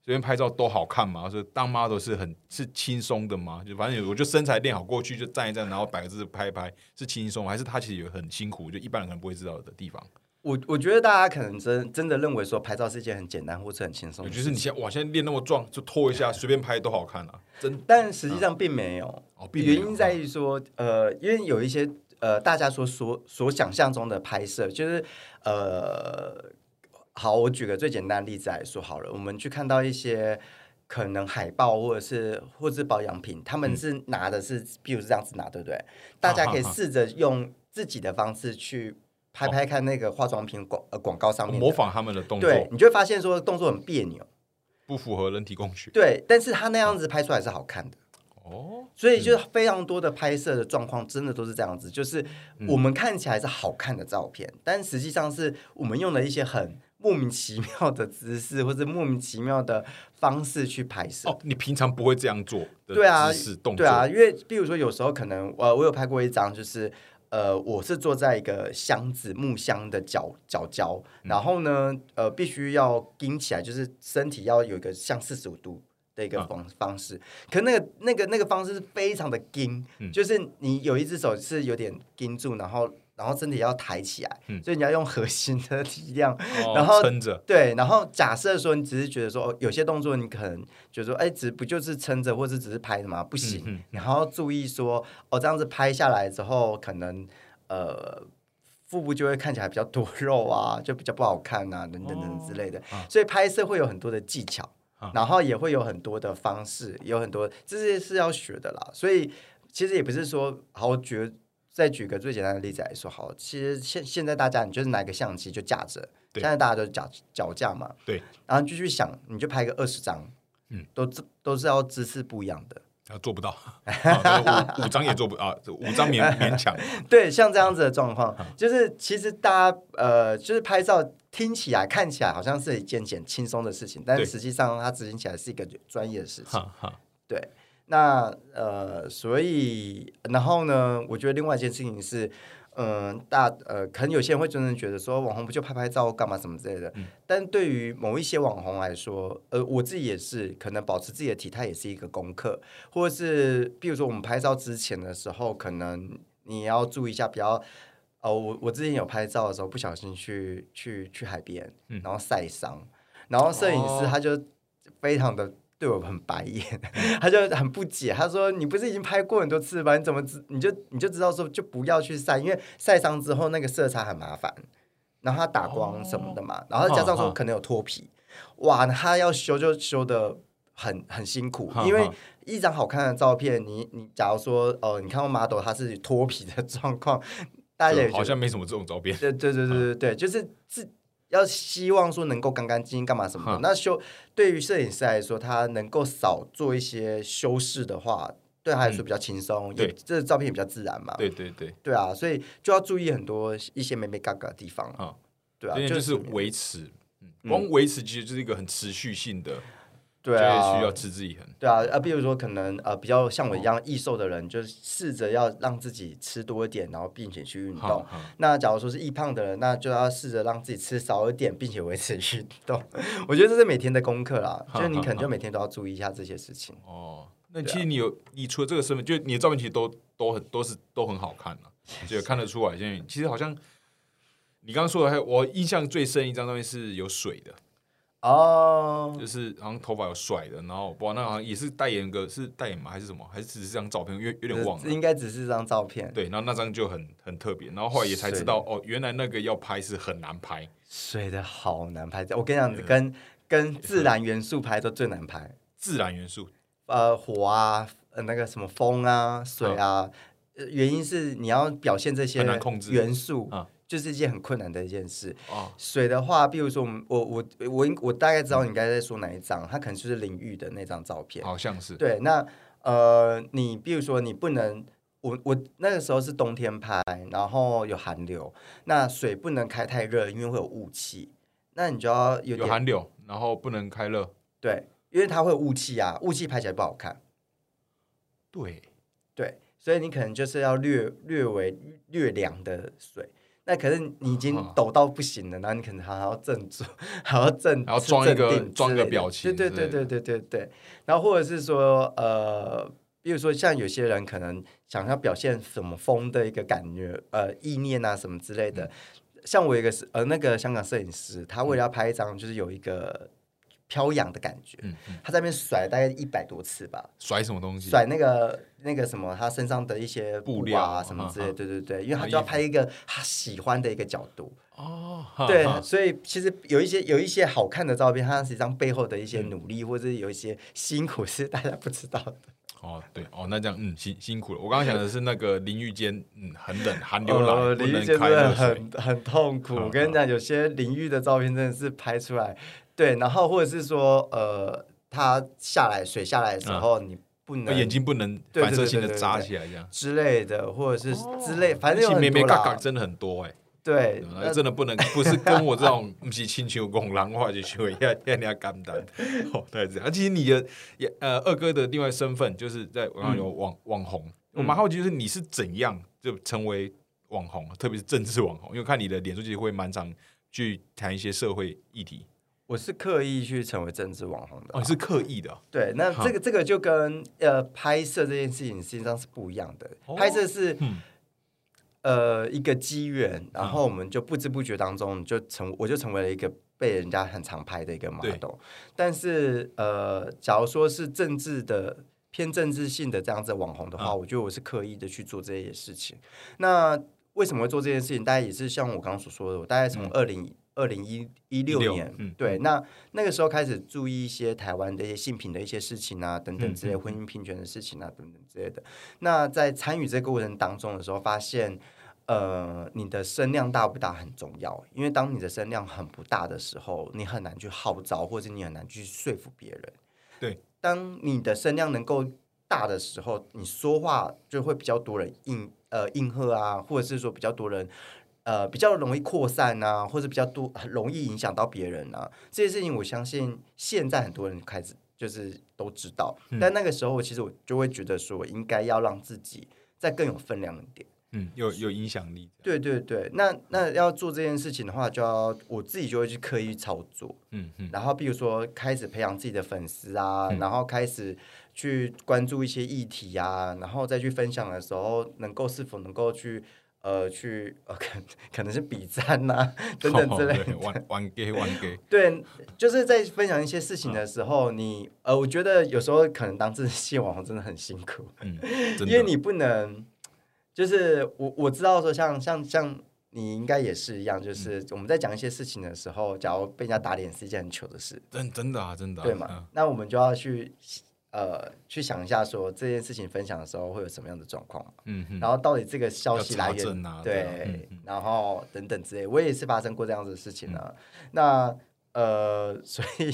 随便拍照都好看嘛？说当 model 是很是轻松的吗？就反正有我就身材练好过去就站一站，然后摆个姿势拍一拍是轻松吗，还是他其实有很辛苦，就一般人可能不会知道的地方。
我我觉得大家可能真真的认为说拍照是一件很简单或是很轻松
尤
的
其
事
是
情，
你现在哇，现在练那么壮，就拖一下随便拍都好看啊，真
但实际上并没有。
哦，并没有哦
原因在于说，呃，因为有一些呃，大家所所所想象中的拍摄，就是呃，好，我举个最简单的例子来说好了，我们去看到一些可能海报或者是或是保养品，他们是拿的是，比如是这样子拿，对不对？大家可以
嗯啊啊啊哦
试着用自己的方式去拍拍看那个化妆品广呃广告上面
模
的，
仿他们的动
对
作，
你就会发现说动作很别扭，
不符合人体工学。
对，但是他那样子拍出来是好看的。
哦，
所以就是非常多的拍摄的状况，真的都是这样子，就是我们看起来是好看的照片，但实际上是我们用了一些很莫名其妙的姿势或者莫名其妙的方式去拍摄。
哦，你平常不会这样做的
对啊
姿势动作，
对啊，因为比如说有时候可能呃，我有拍过一张，就是呃，我是坐在一个箱子木箱的角角角，
嗯
然后呢，呃，必须要盯起来，就是身体要有一个像四十五度。的一个
啊
方方式，可那个那个那个方式是非常的盯，
嗯
就是你有一只手是有点盯住，然后然后身体要抬起来，
嗯
所以你要用核心的力量
哦
然后
撑着，
对，然后假设说你只是觉得说、哦、有些动作你可能觉得说，哎，只不就是撑着，或是只是拍的嘛，不行，
嗯嗯
然后注意说，哦，这样子拍下来之后，可能呃腹部就会看起来比较多肉啊，就比较不好看啊，等等等之类的，
啊
所以拍摄会有很多的技巧，
啊
然后也会有很多的方式，有很多这些是要学的啦，所以其实也不是说好我举再举个最简单的例子来说，好，其实现现在大家你就是拿一个相机就架着，
对
现在大家都是脚脚架嘛，
对，
然后你就去想，你就拍个二十张，
嗯，
都是都是要姿势不一样 的，
啊做不到，啊五五张也做不啊，五张勉勉 强，
对，像这样子的状况，就是其实大家呃，就是拍照听起来看起来好像是一件简轻松的事情，但
对
是实际上它执行起来是一个专业的事情。
哈哈，
对，那呃，所以然后呢，我觉得另外一件事情是，嗯、大呃，可能有些人会真的觉得说，网红不就拍拍照干嘛什么之类的。但对于某一些网红来说，呃，我自己也是，可能保持自己的体态也是一个功课，或者是比如说我们拍照之前的时候，可能你要注意一下，不要。哦，我我之前有拍照的时候，不小心去去去海边，然后晒伤，然后摄影师
哦
他就非常的对我很白眼，他就很不解，他说：“你不是已经拍过很多次吗？你怎么知你就你就知道说就不要去晒，因为晒伤之后那个色差很麻烦，然后它打光什么的嘛，然后加上
哈
说
哈
可能有脱皮，哇，他要修就修的很很辛苦
哈，哈
因为一张好看的照片，你你假如说哦、呃你看过 model 他是脱皮的状况，大家也
啊就好
觉得
像没什么这种照片，
对对对对对对，就是自要希望说能够干干净净干嘛什么的
哼。
那修对于摄影师来说，他能够少做一些修饰的话，对他来说比较轻松，
嗯
也
对
这照片也比较自然嘛。
对对对，
对啊，所以就要注意很多一些美美嘎嘎的地方。
啊，
对啊，
这件就是
是
维持，嗯光维持其实就是一个很持续性的，
对
就
啊
是需，要持之以恒。
对啊，呃，比如说可能呃比较
哦
像我一样易瘦的人，就是试着要让自己吃多一点，然后并且去运动。
哈哈
那假如说是易胖的人，那就要试着让自己吃少一点，并且维持运动。我觉得这是每天的功课啦，
好
就是你
好
可能就每天都要注意一下这些事情。
哦，那其实你有，
啊
你除了这个身份，就你的照片其实都都很都是都很好看了、啊，就看得出来。现在其实好像你刚刚说的，还有我印象最深一张照片是有水的，
哦，
就是好像头发有甩的，然后哇，那好像也是代言个是代言吗？还是什么？还是只是这张照片？有有点忘
这
了。
呃应该只是张照片。
对，然后那张就很很特别，然后后来也才知道哦，原来那个要拍是很难拍，
水的好难拍，我跟你讲，跟跟自然元素拍都最难拍。
自然元素
呃，火啊，呃那个什么风啊，水啊，呃原因是你要表现这
嗯
些
很难控制
元素
啊，
就是一件很困难的一件事。
哦，
水的话，比如说我们我我我应我大概知道
嗯
你应该在说哪一张，它可能就是淋浴的那张照片。
好像是
对，那呃，你比如说你不能，我我那个时候是冬天拍，然后有寒流，那水不能开太热，因为会有雾气，那你就要有
有
点
寒流，然后不能开热，
对，因为它会有雾气啊，雾气拍起来不好看。
对，
对，所以你可能就是要略略为略凉的水。那可是你已经
啊
抖到不行了，然后你可能还要振作，还要镇，
还要装一个
镇定之
装一个
类的
表情
对
之
对
类
对
的
对对对对。然后或者是说，呃，比如说像有些人可能想要表现什么风的一个感觉，呃，意念啊什么之类
嗯
的。像我有一个是呃那个香港摄影师，他为了要拍一张就是有一个飘扬的感觉，
嗯嗯，
他在那边甩了大概一百多次吧，
甩什么东西？
甩那个那个什么他身上的一些
布
布
料
啊什么之类
啊
的，
啊
对对对，因为他
啊
就要
衣服
拍一个他喜欢的一个角度，
哦，
对
哈，哈
所以其实有一些有一些好看的照片，它实际上背后的一
嗯
些努力或者是有一些辛苦是大家不知道 的。
哦，对，哦，那这样，嗯，辛辛苦了。我刚刚想的是那个淋浴间，嗯，很 冷，寒流来，
呃
不
淋浴
能
间
开
真的
热水。
很很痛苦，
嗯
我跟你讲，有些淋浴的照片真的是拍出来，对，然后或者是说呃，它下来水下来的时候，你不
那
能
啊眼睛不能
对对
反射性的
对对对
扎
对
起来，这样。
之类的，或者是
哦
之类，反正有
其
很
实
多
妹妹
啦
嘎嘎真的很多哎，
对呃
对，吧
那
真的不能，不是跟我这种 不是亲像公狼话就哎学一下，天天干 单。哦，对，这样。而且你的也呃二哥的另外身份就是在我刚刚有
嗯
网网红，我蛮好奇就是你是怎样就成为网红，特别是政治网红，因为看你的脸书其实会蛮常去谈一些社会议题。
我是刻意去成为政治网红的
哦，
啦。
你是刻意的啊。
对，那
好
这个这个就跟呃拍摄这件事情实际上是不一样的。
哦
拍摄是
嗯
呃一个机缘，然后我们就不知不觉当中就成，我就成为了一个被人家很常拍的一个
对
model。但是呃，假如说是政治的偏政治性的这样子的网红的话，
嗯
我觉得我是刻意的去做这些事情。那为什么会做这件事情？大概也是像我刚刚所说的，我大概从二零二零一一六
16
年，
嗯
对，那那个时候开始注意一些台湾的一些性平的一些事情啊，等等之类，
嗯嗯
婚姻平权的事情啊，等等之类的。那在参与这个过程当中的时候，发现。呃，你的声量大不大很重要，因为当你的声量很不大的时候，你很难去号召，或者你很难去说服别人。
对，
当你的声量能够大的时候，你说话就会比较多人应呃应和啊，或者是说比较多人呃比较容易扩散啊，或者比较多很容易影响到别人啊。这些事情我相信现在很多人开始就是都知道，但那个时候其实我就会觉得说应该要让自己再更有分量一点。
嗯，有有影响力。
对对对，那那要做这件事情的话，就要我自己就会去刻意操作。
嗯嗯，
然后比如说开始培养自己的粉丝啊，然后开始去关注一些议题啊，然后再去分享的时候，能够是否能够去呃去呃 可可能是比赞呐、等等之类
哦对玩玩 gay 玩 gay，
对，就是在分享一些事情
嗯
的时候，你呃，我觉得有时候可能当自己网红真的很辛苦，
嗯，真的
因为你不能，就是我我知道说像像像你应该也是一样，
嗯
就是我们在讲一些事情的时候，假如被人家打脸是一件很糗的事。
真真的啊，真的啊
对嘛？
嗯
那我们就要去呃去想一下说这件事情分享的时候会有什么样的状况嘛，
嗯哼，
然后到底这个消息来
要查
源
证啊对啊
对，然后等等之类，我也是发生过这样子的事情啊。
嗯
那呃，所以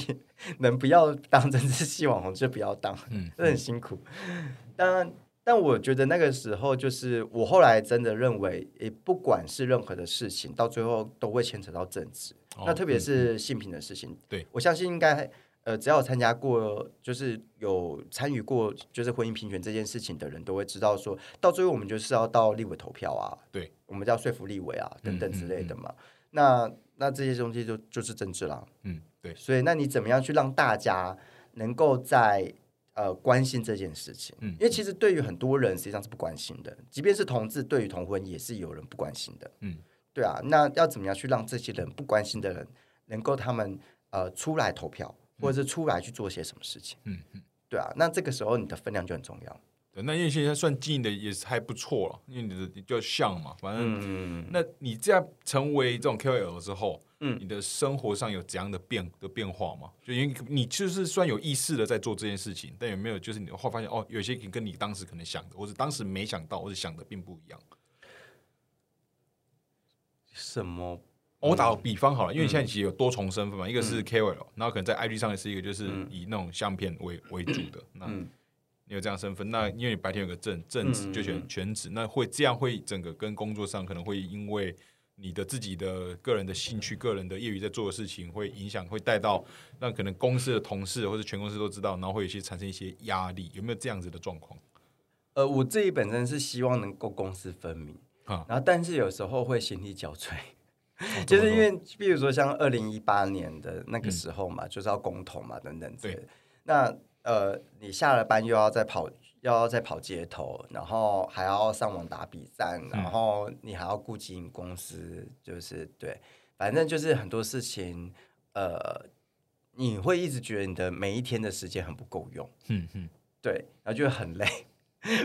能不要当政治系网红就不要当，
嗯
这很辛苦。当然，但我觉得那个时候就是我后来真的认为，也不管是任何的事情，到最后都会牵扯到政治。
哦
那特别是性平的事情，
对
我相信应该呃，只要有参加过，就是有参与过就是婚姻平权这件事情的人，都会知道说，到最后我们就是要到立委投票啊，
对，
我们就要说服立委啊等
嗯
等之
嗯
类的嘛。那那这些东西就就是政治啦，
嗯，对，
所以那你怎么样去让大家能够在呃关心这件事情？
嗯
因为其实对于很多人实际上是不关心的，即便是同志，对于同婚也是有人不关心的。
嗯，
对啊，那要怎么样去让这些人不关心的人能够他们呃出来投票，或者是出来去做些什么事情？
嗯
嗯，对啊，那这个时候你的分量就很重要。
对那因为现在算近的也是还不错了，因为你的叫像嘛，反正、
嗯，
那你这样成为这种 KOL 之后，
嗯
你的生活上有怎样的变的变化吗？就因为你就是虽然有意识的在做这件事情，但有没有就是你会发现哦，有些跟你当时可能想的，或者当时没想到，或者想的并不一样。
什么？
哦我打
嗯
个比方好了，因为你现在其实有多重身份嘛，一个是 KOL，然后可能在 IG 上也是一个就是以那种相片为为主的，那
嗯
你有这样身份，那因为你白天有个正正职
嗯
就选全职，那会这样会整个跟工作上可能会因为你的自己的个人的兴趣、个人的业余在做的事情，会影响会带到让可能公司的同事或者全公司都知道，然后会有一些产生一些压力，有没有这样子的状况？
呃，我自己本身是希望能够公私分明，
啊
然后但是有时候会心力交瘁。
哦
就是
怎么
因
说嗯
为，比如说像二零一八年的那个时候嘛，就是要公投嘛，等等之类的。那呃，你下了班又要再跑，又要再跑街头，然后还要上网打比战，
嗯
然后你还要顾及你公司，就是对，反正就是很多事情，呃，你会一直觉得你的每一天的时间很不够用。
嗯嗯，
对，然后就会很累，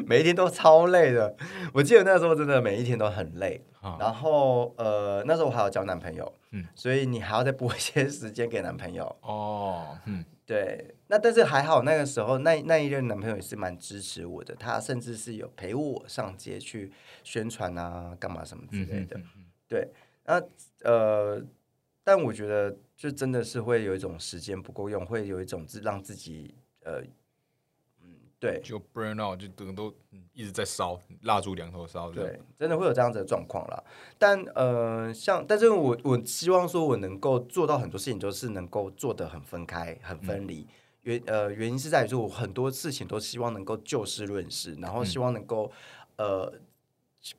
每一天都超累的。我记得那时候真的每一天都很累，
啊
然后呃那时候我还要交男朋友，
嗯
所以你还要再拨一些时间给男朋友。
哦，嗯
对，那但是还好那个时候那那一任男朋友也是蛮支持我的，他甚至是有陪我上街去宣传啊，干嘛什么之
嗯
类的。
嗯嗯
对，那呃，但我觉得就真的是会有一种时间不够用，会有一种自让自己呃。嗯，对，
就 burn out，就整个都嗯一直在烧，蜡烛两头烧，这样
对，真的会有这样子的状况啦。但呃，像，但是我我希望说我能够做到很多事情，都是能够做得很分开、
嗯
很分离。原呃原因是在于说，我很多事情都希望能够就事论事，然
嗯
后希望能够、呃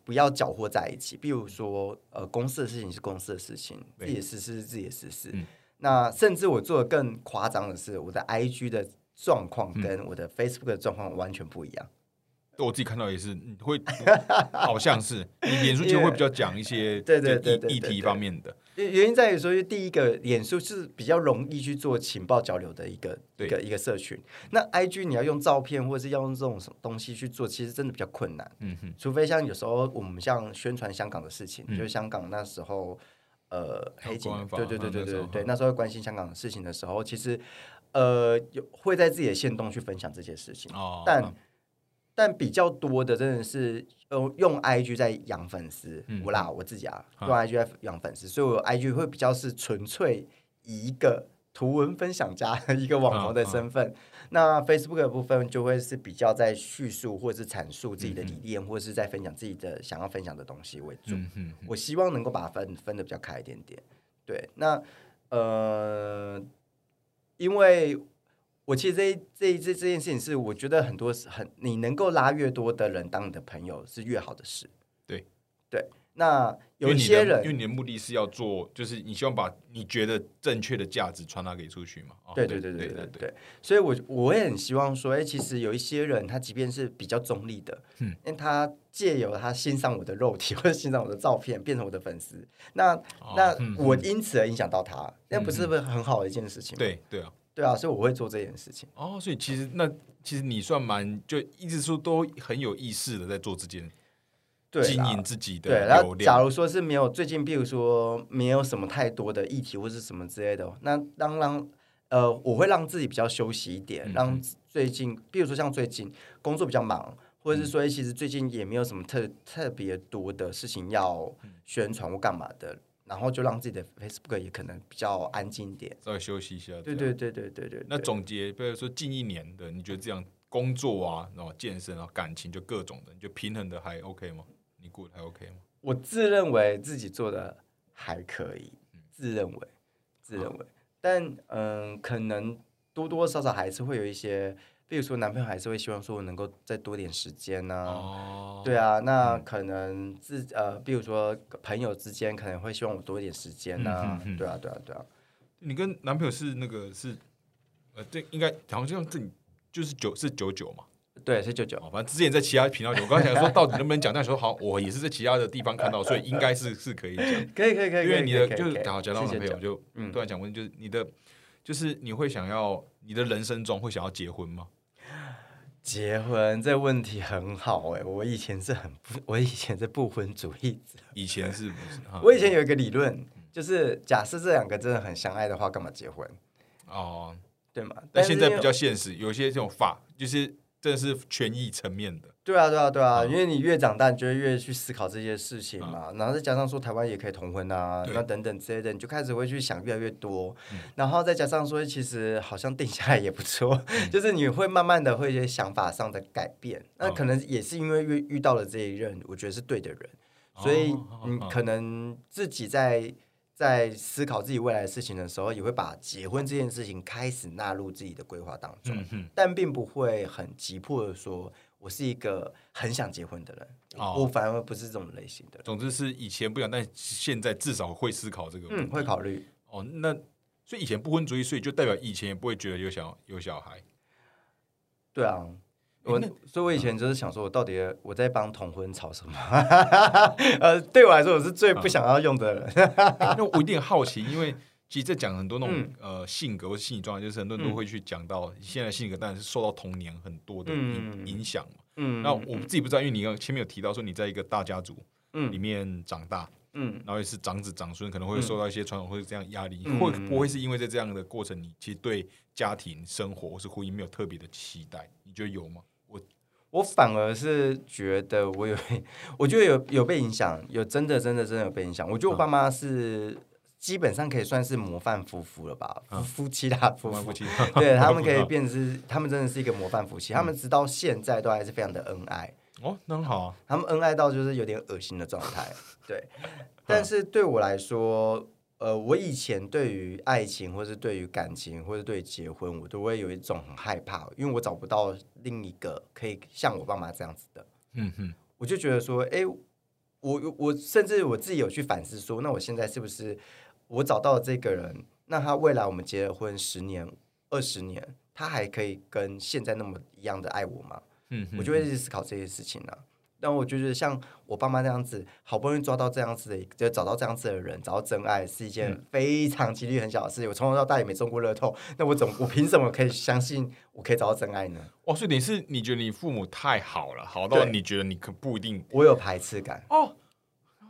不要搅和在一起。比如说，呃，公司的事情是公司的事情，自
对
己的私事是自己的私事。
嗯
那甚至我做的更夸张的是，我的 IG 的状况
嗯
跟我的 Facebook 的状况完全不一样。
我自己看到也是，嗯 会好像是你脸书其实会比较讲一些
对对
这
对
个
对
议议
对
题
对
方面的，
原原因在于说，因为第一个，脸书是比较容易去做情报交流的一个
对
一个一个社群。那 IG 你要用照片或者是要用这种什么东西去做，其实真的比较困难。
嗯哼，
除非像有时候我们像宣传香港的事情，
嗯
就是香港那时候呃
还有
黑警
国安，法
对对对
嘛那
对对
时候
对对
嗯，
那时候关心香港的事情的时候，其实呃有会在自己的线动去分享这些事情，
哦，
但但比较多的真的是用用 IG 在养粉丝，
嗯
我啦我自己啊，
啊
用 IG 在养粉丝，所以我 IG 会比较是纯粹以一个图文分享家一个
嗯
网红的身份。那 Facebook 的部分就会是比较在叙述或是阐述自己
嗯
的理念，或是在分享自己的想要分享的东西为主。
嗯哼，
我希望能够把它分分的比较开一点点。对，那呃，因为我其实这一这一这这件事情是，我觉得很多是很你能够拉越多的人当你的朋友是越好的事。
对
对，那
因
有
为
一
你的
些
因为
人，
你的目的是要做，就是你希望把你觉得正确的价值传达给出去嘛，哦
对对
对
对对对
对，
对，所以我我也很希望说，哎、其实有一些人他即便是比较中立的，
嗯
嗯，因为他借由他欣赏我的肉体 或者欣赏我的照片，变成我的粉丝，那
哦
那
嗯
我因此而影响到他，那不是不是很好的一件事情吗？
对对啊，
嗯对啊，所以我会做这件事情。
哦，所以其实那其实你算蛮就一直说都很有意识的在做这件
对
经
啦
营自己
对，
的
然
流
后假
量，
如说是哦没有最近，比如说没有什么太多的议题或是什么之类的，那当然呃，我会让自己比较休息一
嗯
点，让最近，比如说像最近工作比较忙，或
嗯
者是说，诶其实最近也没有什么特特别多的事情要
嗯
宣传或干嘛的，然后就让自己的 Facebook 也可能比较安静一点。
稍微休息一下。
对对对对对对，
啊那
对
总结，比如说近一年的，你觉得这样工作啊，然后健身啊，感情就各种的，你就平衡的还 OK 吗？你过得还 OK 吗？
我自认为自己做的还可以，
嗯
自认为，自认为，但嗯，可能多多少少还是会有一些，比如说男朋友还是会希望说我能够再多点时间呢、
哦，
嗯对啊，那可能自呃，比如说朋友之间可能会希望我多一点时间呐、
嗯嗯嗯
对啊，对啊，对啊，
你跟男朋友是那个是，呃，这应该好像这里就是九是九九嘛，
对，是九九，
哦，反正之前在其他频道有，我刚才想说到底能不能讲，但时候好，我也是在其他的地方看到，所以应该是是可以讲，
可以，可以，可以，
因为你
可
的
以可以
就是
可以
好讲到
是
男朋友，
99
我就
嗯
突然想问，就是你的就是你会想要你的人生中会想要结婚吗？
结婚这问题很好哎、我以前是很不，我以前是不婚主义者。
以前是不是？啊
我以前有一个理论，就是假设这两个真的很相爱的话，干嘛结婚，
哦，
对吗？
但现在
是因为
比较现实，有些这种法就是这是权益层面的，
对啊，对啊，对啊，
嗯
因为你越长大，你就会越去思考这些事情嘛。然后再加上说台湾也可以同婚啊，
对嗯
那等等之类的，你就开始会去想越来越多。然后再加上说，其实好像定下来也不错， 就是你会慢慢的会有一些想法上的改变。那
嗯
可能也是因为遇遇到了这一任，我觉得是对的人，所以
哦哦
你
哦
可能自己在。在思考自己未来的事情的时候，也会把结婚这件事情开始纳入自己的规划当中。
嗯哼，
但并不会很急迫的说，我是一个很想结婚的人。
哦
我反而不是这种类型的人。
总之是以前不讲，但现在至少会思考这个问题。
嗯，会考虑。
哦，那所以以前不婚主义，所以就代表以前也不会觉得有想要有小 孩。
对啊，我
那
所以，我以前就是想说，我到底我在帮同婚吵什么？ 呃，对我来说，我是
嗯
最不想要用的人。
欸那我有点好奇，因为其实在讲很多那种、
嗯
呃性格或是心理状态，就是很多人都会去讲到现在性格，当然是受到童年很多的影
嗯
影响嘛。
嗯，
那我自己不知道，因为你刚前面有提到说你在一个大家族里
嗯
面长大，
嗯，
然后也是长子长孙，可能会受到一些传统或者这样压力，
嗯
会不会是因为在这样的过程，你其实对家庭生活或是婚姻没有特别的期待？你觉得有吗？我
我反而是觉得我有，我觉得有有被影响，有真的真的真的有被影响。我
嗯
觉得我爸妈是。基本上可以算是模范夫妇了吧，
嗯
夫夫妻啦，夫
我蛮
妇
不清
对他们可以变成是，他们真的是一个模范夫妻，他们直到现在都还是非常的恩爱，
哦，那很好啊。
他们恩爱到就是有点恶心的状 态。对，但是对我来说，呃，我以前对于爱情，或是对于感情，或是对于结婚，我都会有一种很害怕，因为我找不到另一个可以像我爸妈这样子的，
嗯哼，
我就觉得说，哎、我我甚至我自己有去反思说，那我现在是不是我找到了这个人，那他未来我们结了婚十年、二十年，他还可以跟现在那么一样的爱我吗？
嗯哼，
我就会一直思考这些事情啊。但我就觉得像我爸妈那样子，好不容易抓到这样子的一，就找到这样子的人，找到真爱，是一件非常几率很小的事情。我从头到大也没中过乐透，那我怎么我凭什么可以相信我可以找到真爱呢？
哦，所以你是你觉得你父母太好了，好到
对
你觉得你可不一 定
我有排斥感。
哦，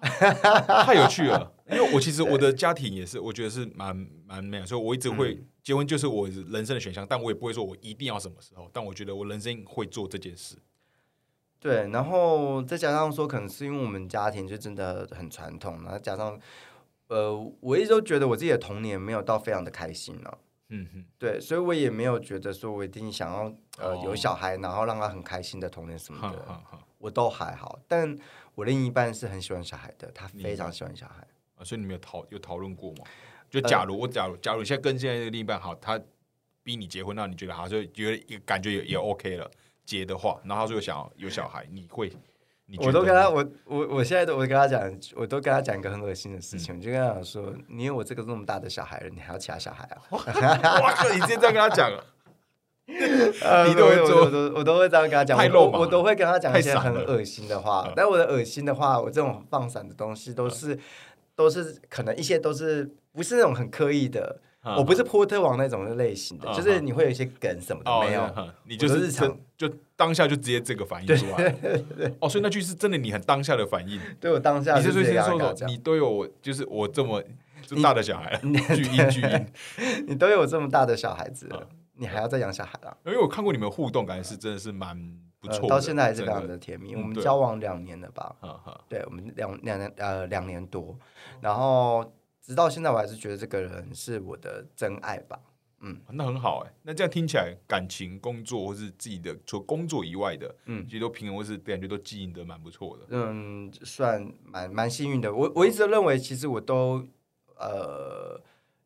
太有趣 了。因为我其实我的家庭也是，我觉得是蛮蛮美好，所以我一直
嗯
会、结婚就是我人生的选项，但我也不会说我一定要什么时候，但我觉得我人生会做这件事。嗯
对，然后再加上说，可能是因为我们家庭就真的很传统，然后加上，呃，我一直都觉得我自己的童年没有到非常的开心了、
嗯哼，
对，所以我也没有觉得说我一定想要呃
哦
有小孩，然后让他很开心的童年什么
好
的，
好好
我都还好。但我另一半是很喜欢小孩的，他
你
非常喜欢小孩。
啊，所以你们有讨有讨论过吗？就假
呃
如我假如假如现在跟现在这个另一半好，他逼你结婚，那你觉得好，就觉得也感觉也也 OK 了，结的话，然后他说有想要有小孩，你会，你觉
我都
得
跟
呢
他，我我我现在都我跟他讲，我都跟他讲一个很恶心的事
嗯
情，我就跟他讲说，你有我这个这么大的小孩了，你还要其他小孩啊？
哇靠！你直接这样跟他讲了，
呃
你都会
我
做
我都我都会这样跟他讲，
太
我
肉麻了
我我都会跟他讲一些
太散
很
了
恶心的话
嗯，
但我的恶心的话，我这种放散的东西都是都是可能一些都是不是那种很刻意的， 我不是波特王那种类型的
嗯，
就是你会有一些梗什么的
哦，
没有，
嗯你就是
我都日常
真就当下就直接这个反应出来。哦，所以那句是真的，你很当下的反应。
对我当下
你是
就
说
直接
先
跟他
说
讲
说，你都有，就是我这么就大的小 孩了，巨婴巨婴。
你都有这么大的小孩子
嗯
了，你还要再养小孩啦？
因为我看过你们互动，感觉是真的是蛮不
呃
错的，
到现在还是非常
真
的
的。
甜蜜。
嗯
我们
对
交往两年了吧？
哈哈，
对，我们两两年呃两年多，然后直到现在我还是觉得这个人是我的真爱吧。
那很好哎、那这样听起来，感情、工作或是自己的除了工作以外的，嗯，
嗯
其实都平衡，或是感觉都经营的蛮不错的。
嗯，算蛮蛮幸运的。我我一直认为，其实我都呃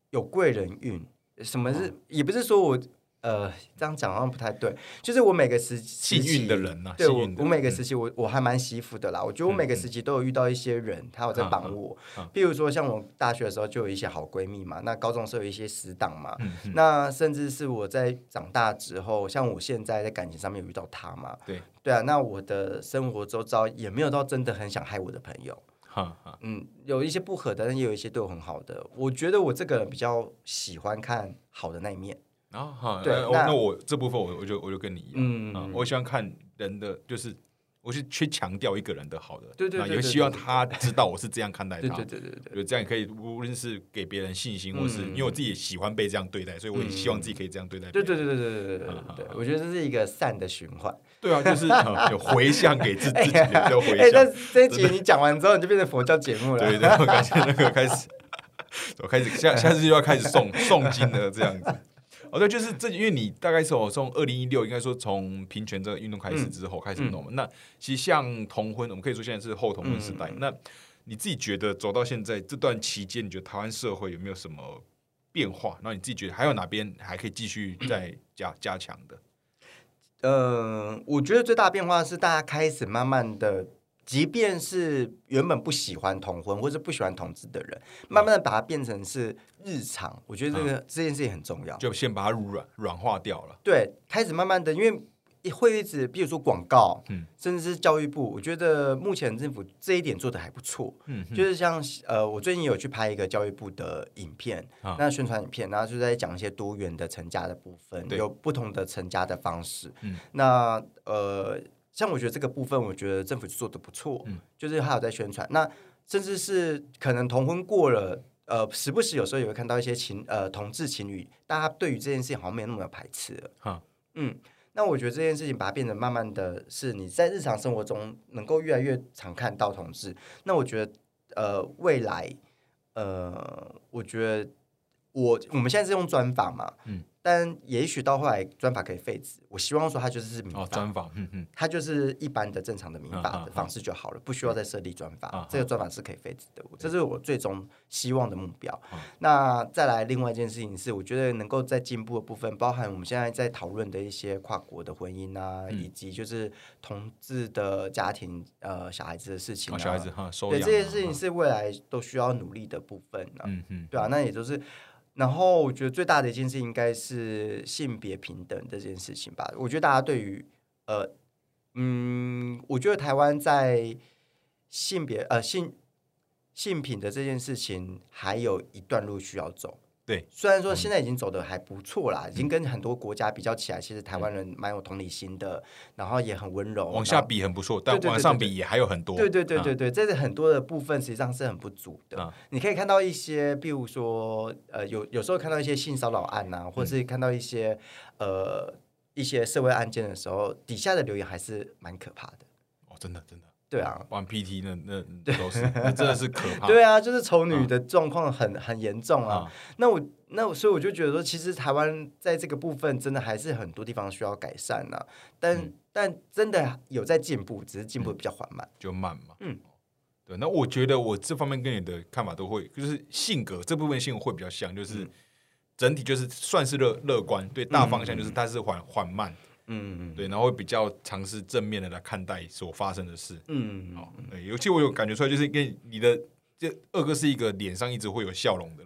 有贵人运。什么
哦
是？也不是说我呃这样讲好像不太对，就是我每个时
幸运的。人呐、
时期对
幸
我
运，的人
我每个
嗯
时期我我还蛮惜福的啦。我觉得我每个时期都有遇到一些人，他有在
嗯
帮
嗯
我
嗯。
譬如说，像我大学的时候就有一些好闺蜜嘛，那高中的时候有一些死党嘛，
嗯嗯
那甚至是我在长大之后，像我现在在感情上面有遇到他嘛，
对，
对啊，那我的生活周遭也没有到真的很想害我的朋友，
哈哈，
嗯，有一些不合的，但也有一些对我很好的。我觉得我这个人比较喜欢看好的那一面，
然后哈，
对
呃我
那
那我这部分我我就我就跟你一样，
嗯
啊我喜欢看人的，就是我是去强调一个人的好的，
对对
那
对
也
对
希望
对对
他知道我是这样看待
对
他
对。对对对，
就这样可以，无论是给别人信心，或是
嗯
因为我自己也喜欢被这样对待，所以我也希望自己可以这样对待别
对
人。
对对对对
嗯
对对对对，我觉得这是一个善的循环。
对啊，就是呃有回向给自自己的回向。
哎，但是这一集你讲完之后，你就变成佛教节目了。
对对，我感觉那个开始，我开始下下次就要开始诵诵经了，这样子。哦，对，就是这，因为你大概是我从二零一六，应该说从平权这个运动开始之后开始弄嘛。那其实像同婚，我们可以说现在是后同婚时代。那你自己觉得走到现在这段期间，你觉得台湾社会有没有什么变化？然后你自己觉得还有哪边还可以继续再加加强的？
嗯，我觉得最大变化是大家开始慢慢的，即便是原本不喜欢同婚或是不喜欢同志的人，
嗯
慢慢的把它变成是日常。我觉得这个、这件事情很重要。
就先把它软软化掉了。
对，开始慢慢的，因为会一直，比如说广告，
嗯
甚至是教育部，我觉得目前政府这一点做的还不错。
嗯哼
就是像呃，我最近有去拍一个教育部的影片，
啊
那宣传影片，然后就在讲一些多元的成家的部分，
对
有不同的成家的方式。
嗯
那呃，像我觉得这个部分，我觉得政府做的不错，
嗯
就是还有在宣传。那甚至是可能同婚过了。呃，时不时有时候也会看到一些情呃同志情侣，大家对于这件事情好像没有那么排斥了。
哈，
嗯，那我觉得这件事情把它变得慢慢的是你在日常生活中能够越来越常看到同志。那我觉得，呃，未来，呃，我觉得我我们现在是用专访嘛，
嗯，
但也许到后来专访可以废止。我希望说它就是民
哦，
法，
专访，嗯嗯，
它就是一般的正常的民
啊
法
啊啊
的方式就好了，不需要再设立专
啊啊
法。这个专法是可以废止的，这是我最终希望的目标。
嗯
那再来另外一件事情是，我觉得能够在进步的部分，包含我们现在在讨论的一些跨国的婚姻啊，
嗯
以及就是同志的家庭呃小孩子的事情、
哦，
啊
小孩子哈，收
对
养
这些
啊
事情
哈
是未来都需要努力的部分啊。
嗯嗯。
对啊，那也就是，然后我觉得最大的一件事应该是性别平等这件事情吧。我觉得大家对于呃，嗯，我觉得台湾在性别呃性性品的这件事情还有一段路需要走。
对，嗯
虽然说现在已经走的还不错啦，已经跟很多国家比较起来，其实台湾人蛮有同理心的，然后也很温柔。
往
然
下
后
比很不错，但
对对
往
对
上
对
比也还有很多。
对对对
啊
对，对，这是很多的部分实际上是很不足的。
啊
你可以看到一些，比如说，呃，有有时候看到一些性骚扰案呐、或者是看到一些、呃一些社会案件的时候，底下的留言还是蛮可怕的。
哦，真的真的，
对啊，
玩 PT 那那那都是，那真的是可怕。
对啊，就是丑女的状况很、很严重啊。
啊，
那我那我所以我就觉得说，其实台湾在这个部分真的还是很多地方需要改善呐、但、但真的有在进步，只是进步比较缓慢。
就慢嘛。哦
嗯，
对。那我觉得我这方面跟你的看法都会，就是性格这部分性格会比较像，
嗯
就是整体就是算是乐乐观，对大方向就是它是缓缓慢，
嗯
对，然后会比较尝试正面的来看待所发生的事。
嗯，
哦，对，尤其我有感觉出来，就是跟你的这二哥是一个脸上一直会有笑容的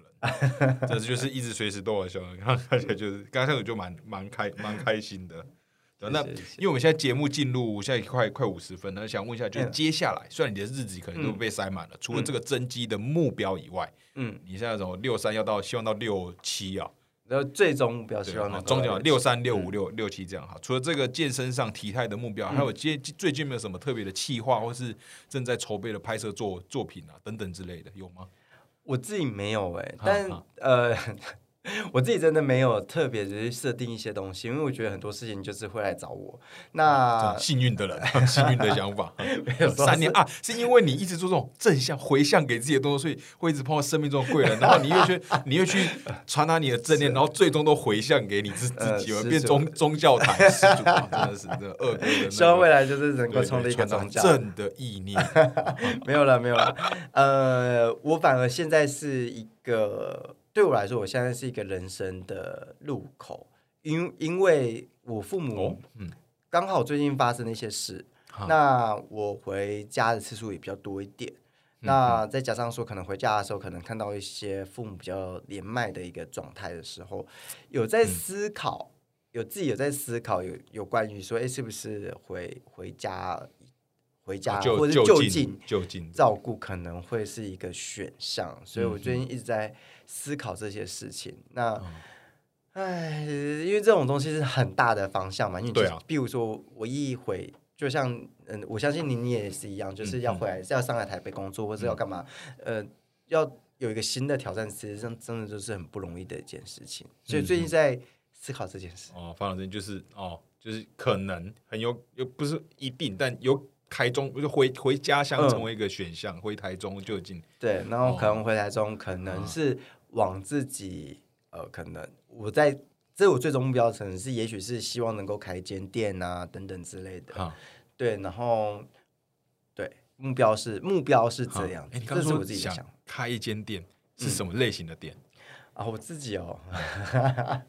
人， 这就是一直随时都有笑容， 然后看起来就是刚开始就蛮蛮开蛮开心的。对啊那
谢谢
因为我们现在节目进入现在快快五十分了，想问一下，就是
嗯
接下来，虽然你的日子可能都被塞满了，除了这个增肌的目标以外，
嗯，
你现在从六三要到希望到六七啊，
然后最终目标
对
希望能
啊
够
中间
到
有六三、六
嗯
五、六六七这样哈。除了这个健身上体态的目标，还有接最近有没有什么特别的企划，或是正在筹备的拍摄作作品啊等等之类的，有吗？
我自己没有哎、
好
但
好
呃， 我自己真的没有特别只是设定一些东西，因为我觉得很多事情就是会来找我。那
这幸运的人， 幸运的想 法。
啊有时候
三年啊，是因为你一直做这种正向回向给自己的动作，所以会一直碰到生命中的贵人，然后你又去，你又去传达你的正 念，然后最终都回向给你自自
呃
己，有
是
变
是
宗宗教坛始祖啊，真的是这个恶哥的那个。
希望未来就是能够
对
成立一个
传达
宗教。
正的意念，
没有了，没有了。呃，我反而现在是一个，对我来说，我现在是一个人生的路口，因因为我父母
嗯，
刚好最近发生了一些事，
哈
那我回家的次数也比较多一点。
嗯
那再加上说，可能回家的时候，可能看到一些父母比较年迈的一个状态的时候，有在
嗯
思考，有自己有在思考，有有关于说，哎，是不是回回家，回家
啊哦就
或者是
就
就
近
近
就近
照顾可能会是一个选项，所以
嗯
我最近一直在思考这些事情。那，唉，因为这种东西是很大的方向嘛，因为就
对
是
啊
比如说我一回，就像嗯，我相信您你也是一样，
嗯
就是要回来、要上来台北工作，或是要干嘛，呃，要有一个新的挑战，其实上真的就是很不容易的一件事情。
嗯
所以最近在思考这件事，
哦，方老师就是哦，就是可能很有，又不是一定，但有台中就回回家乡
嗯
成为一个选项，回台中就近
对，然后可
哦
能回来中，可
嗯
能是往自己、呃，可能我在这是我最终目标，可能是也许是希望能够开一间店啊等等之类的。
哈。
对，然后对目标是目标是这样，
哎，你刚
这
刚
是
说
我自己的想
想
法嗯
开一间店是什么类型的店？
啊，我自己哦。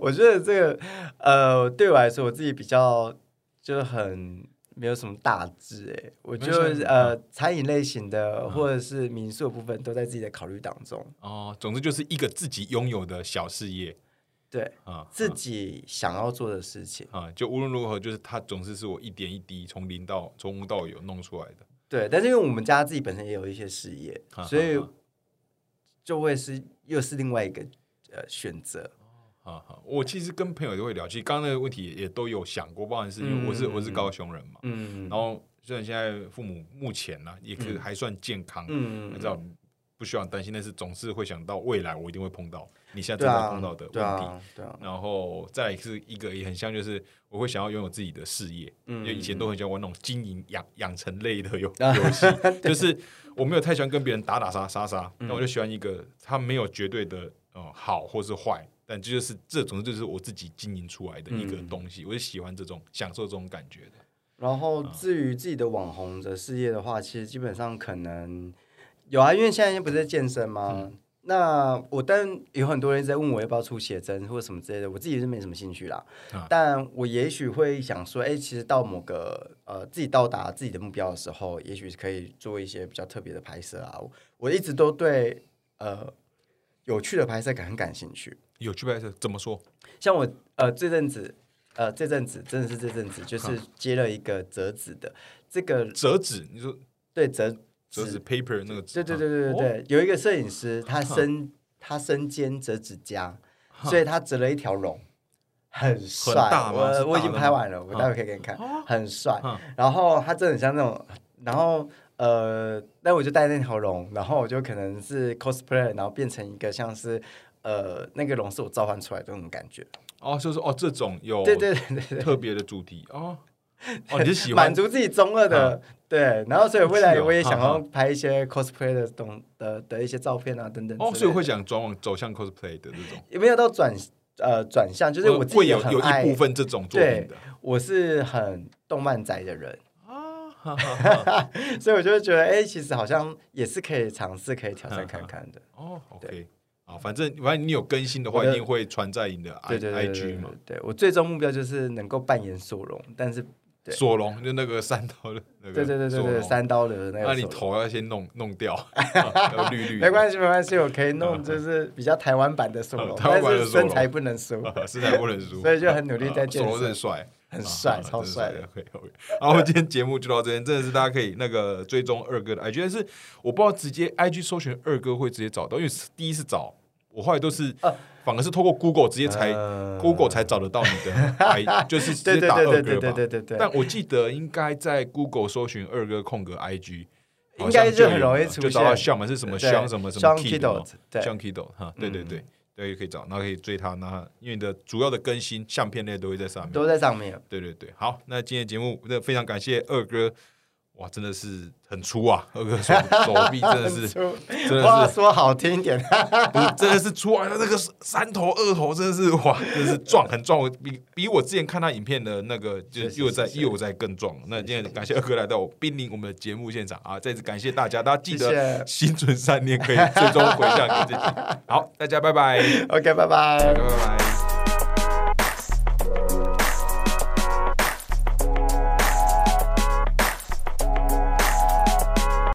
我觉得这个，呃，对我来说，我自己比较就是很没有什么大志哎，我
没
就
事
呃，餐饮类型
嗯
的或者是民宿的部分都在自己的考虑当中。
哦，总之就是一个自己拥有的小事业
对
啊，
自己想要做的事情，
啊，就无论如何，就是它总是是我一点一滴从零到从无到有弄出来的。
对。但是因为我们家自己本身也有一些事业
哈，哈
所以
哈
就会是又是另外一个呃选择。
啊哈，我其实跟朋友都会聊，其实刚刚那个问题也也都有想过，包含是因为我是
嗯
我是高雄人嘛，
嗯
哦然后虽然现在父母目前呢也是还算健康，
嗯
你知道不需要担心，但是总是会想到未来我一定会碰到你现在
对
正在
啊
碰到的问题。
对啊对啊，
然后再来是一个也很像，就是我会想要拥有自己的事业，
嗯
因为以前都很喜欢玩那种经营养养成类的游
啊
游 戏，就是我没有太喜欢跟别人打打杀杀杀，那、
嗯
我就喜欢一个它没有绝对的呃好或是坏，但这就是这种就是我自己经营出来的一个
嗯
东西，我是喜欢这种享受这种感觉的。
然后至于自己的网红的事业的话，其实基本上可能有啊，因为现在不是在健身吗？那我但有很多人在问我要不要出写真或什么之类的，我自己是没什么兴趣啦。
啊
但我也许会想说，哎、其实到某个呃自己到达自己的目标的时候，也许是可以做一些比较特别的拍摄啊。我我一直都对呃有趣的拍摄感很感兴趣。
有趣拍摄怎么说？
像我呃这阵子呃这阵子真的是这阵子就是接了一个折纸的这个
折纸，你说
对折
折纸 paper 那个纸，
对对对对对
哦
对，有一个摄影师他身他身兼折纸家，所以他折了一条龙。很帅，
很大吗是大的
我我已经
吗
拍完了，我
啊
待会可以给你看，很帅
啊。
然后他真的很像那种，然后呃，那我就戴那条龙，然后我就可能是 cosplay，然后变成一个像是呃那个龙是我召唤出来的那种感觉。
哦，就是哦这种有
对对对对，
特别的主题 哦。哦，你是喜欢
满足自己中二的、对，然后所以未来
是哦
我也想
哈
要拍一些 cosplay 的东的的一些照片啊等等之类
哦，
的。
所以会想转往走向 cosplay 的这种，
也没有到转呃转向， 就是我自
会
己
有
很
有
爱
一部，分这种作品的
我是很动漫宅的人，
啊，哈哈哈
所以我就会觉得哎、其实好像也是可以尝试可以挑战看看的。
哦，OK，啊，反正反正你有更新的话，
我
一
的
定会传在你的 I
对对对
I
对
G
对
嘛。
对，我最终目标就是能够扮演索隆，但是对
索隆就那个三刀的那个，
对对对对对，，三刀流的那个索
那
隆，
你头要先弄弄 掉，啊要绿绿的，
没关系没关系，我可以弄就是比较台湾版的索隆，
台湾
但
版的
是
索隆
身材不能输。
系，身材不能输，
所以就很努力在健身
索隆真的帅。
很帅，
啊
超
真
帅的。
OK OK，好，我们今天节目就到这边，真的是大家可以那个追踪二哥的 IG，但是我不知道直接 IG 搜寻二哥会直接找到，因为第一次找我后来都是、反而是透过 Google 直接才、
呃
Google 才找得到你 的 I，就是直
对
接
对
打
对
二哥
对对对
吧。
对对对。
但我记得应该在 Google 搜寻二哥空格 IG，好
应该
像
就很
有
容易
了
出
就找到
现
像嘛是什么
对
香什么什么
Sean
Kid
Kiddo，对嗯
像 Kiddo 哈，对对对，对就可以找，然后可以追他，那他因为你的主要的更新相片类都会在上面，
都在上面。
对对对，好，那今天的节目那非常感谢二哥，哇，真的是很粗啊，二 哥手手臂真的是真的是
话说好听一点，
不是真的是粗啊，那个三头二头真的是哇，真的是壮很壮，我比比我之前看他影片的那个就是
是
又在
是
又在更壮。那今天感谢二哥来到我濒临我们的节目现场啊，再次感谢大家，大家记得心存善念，可以最终回向给自己。好，大家拜拜，
OK，拜拜
拜。拜。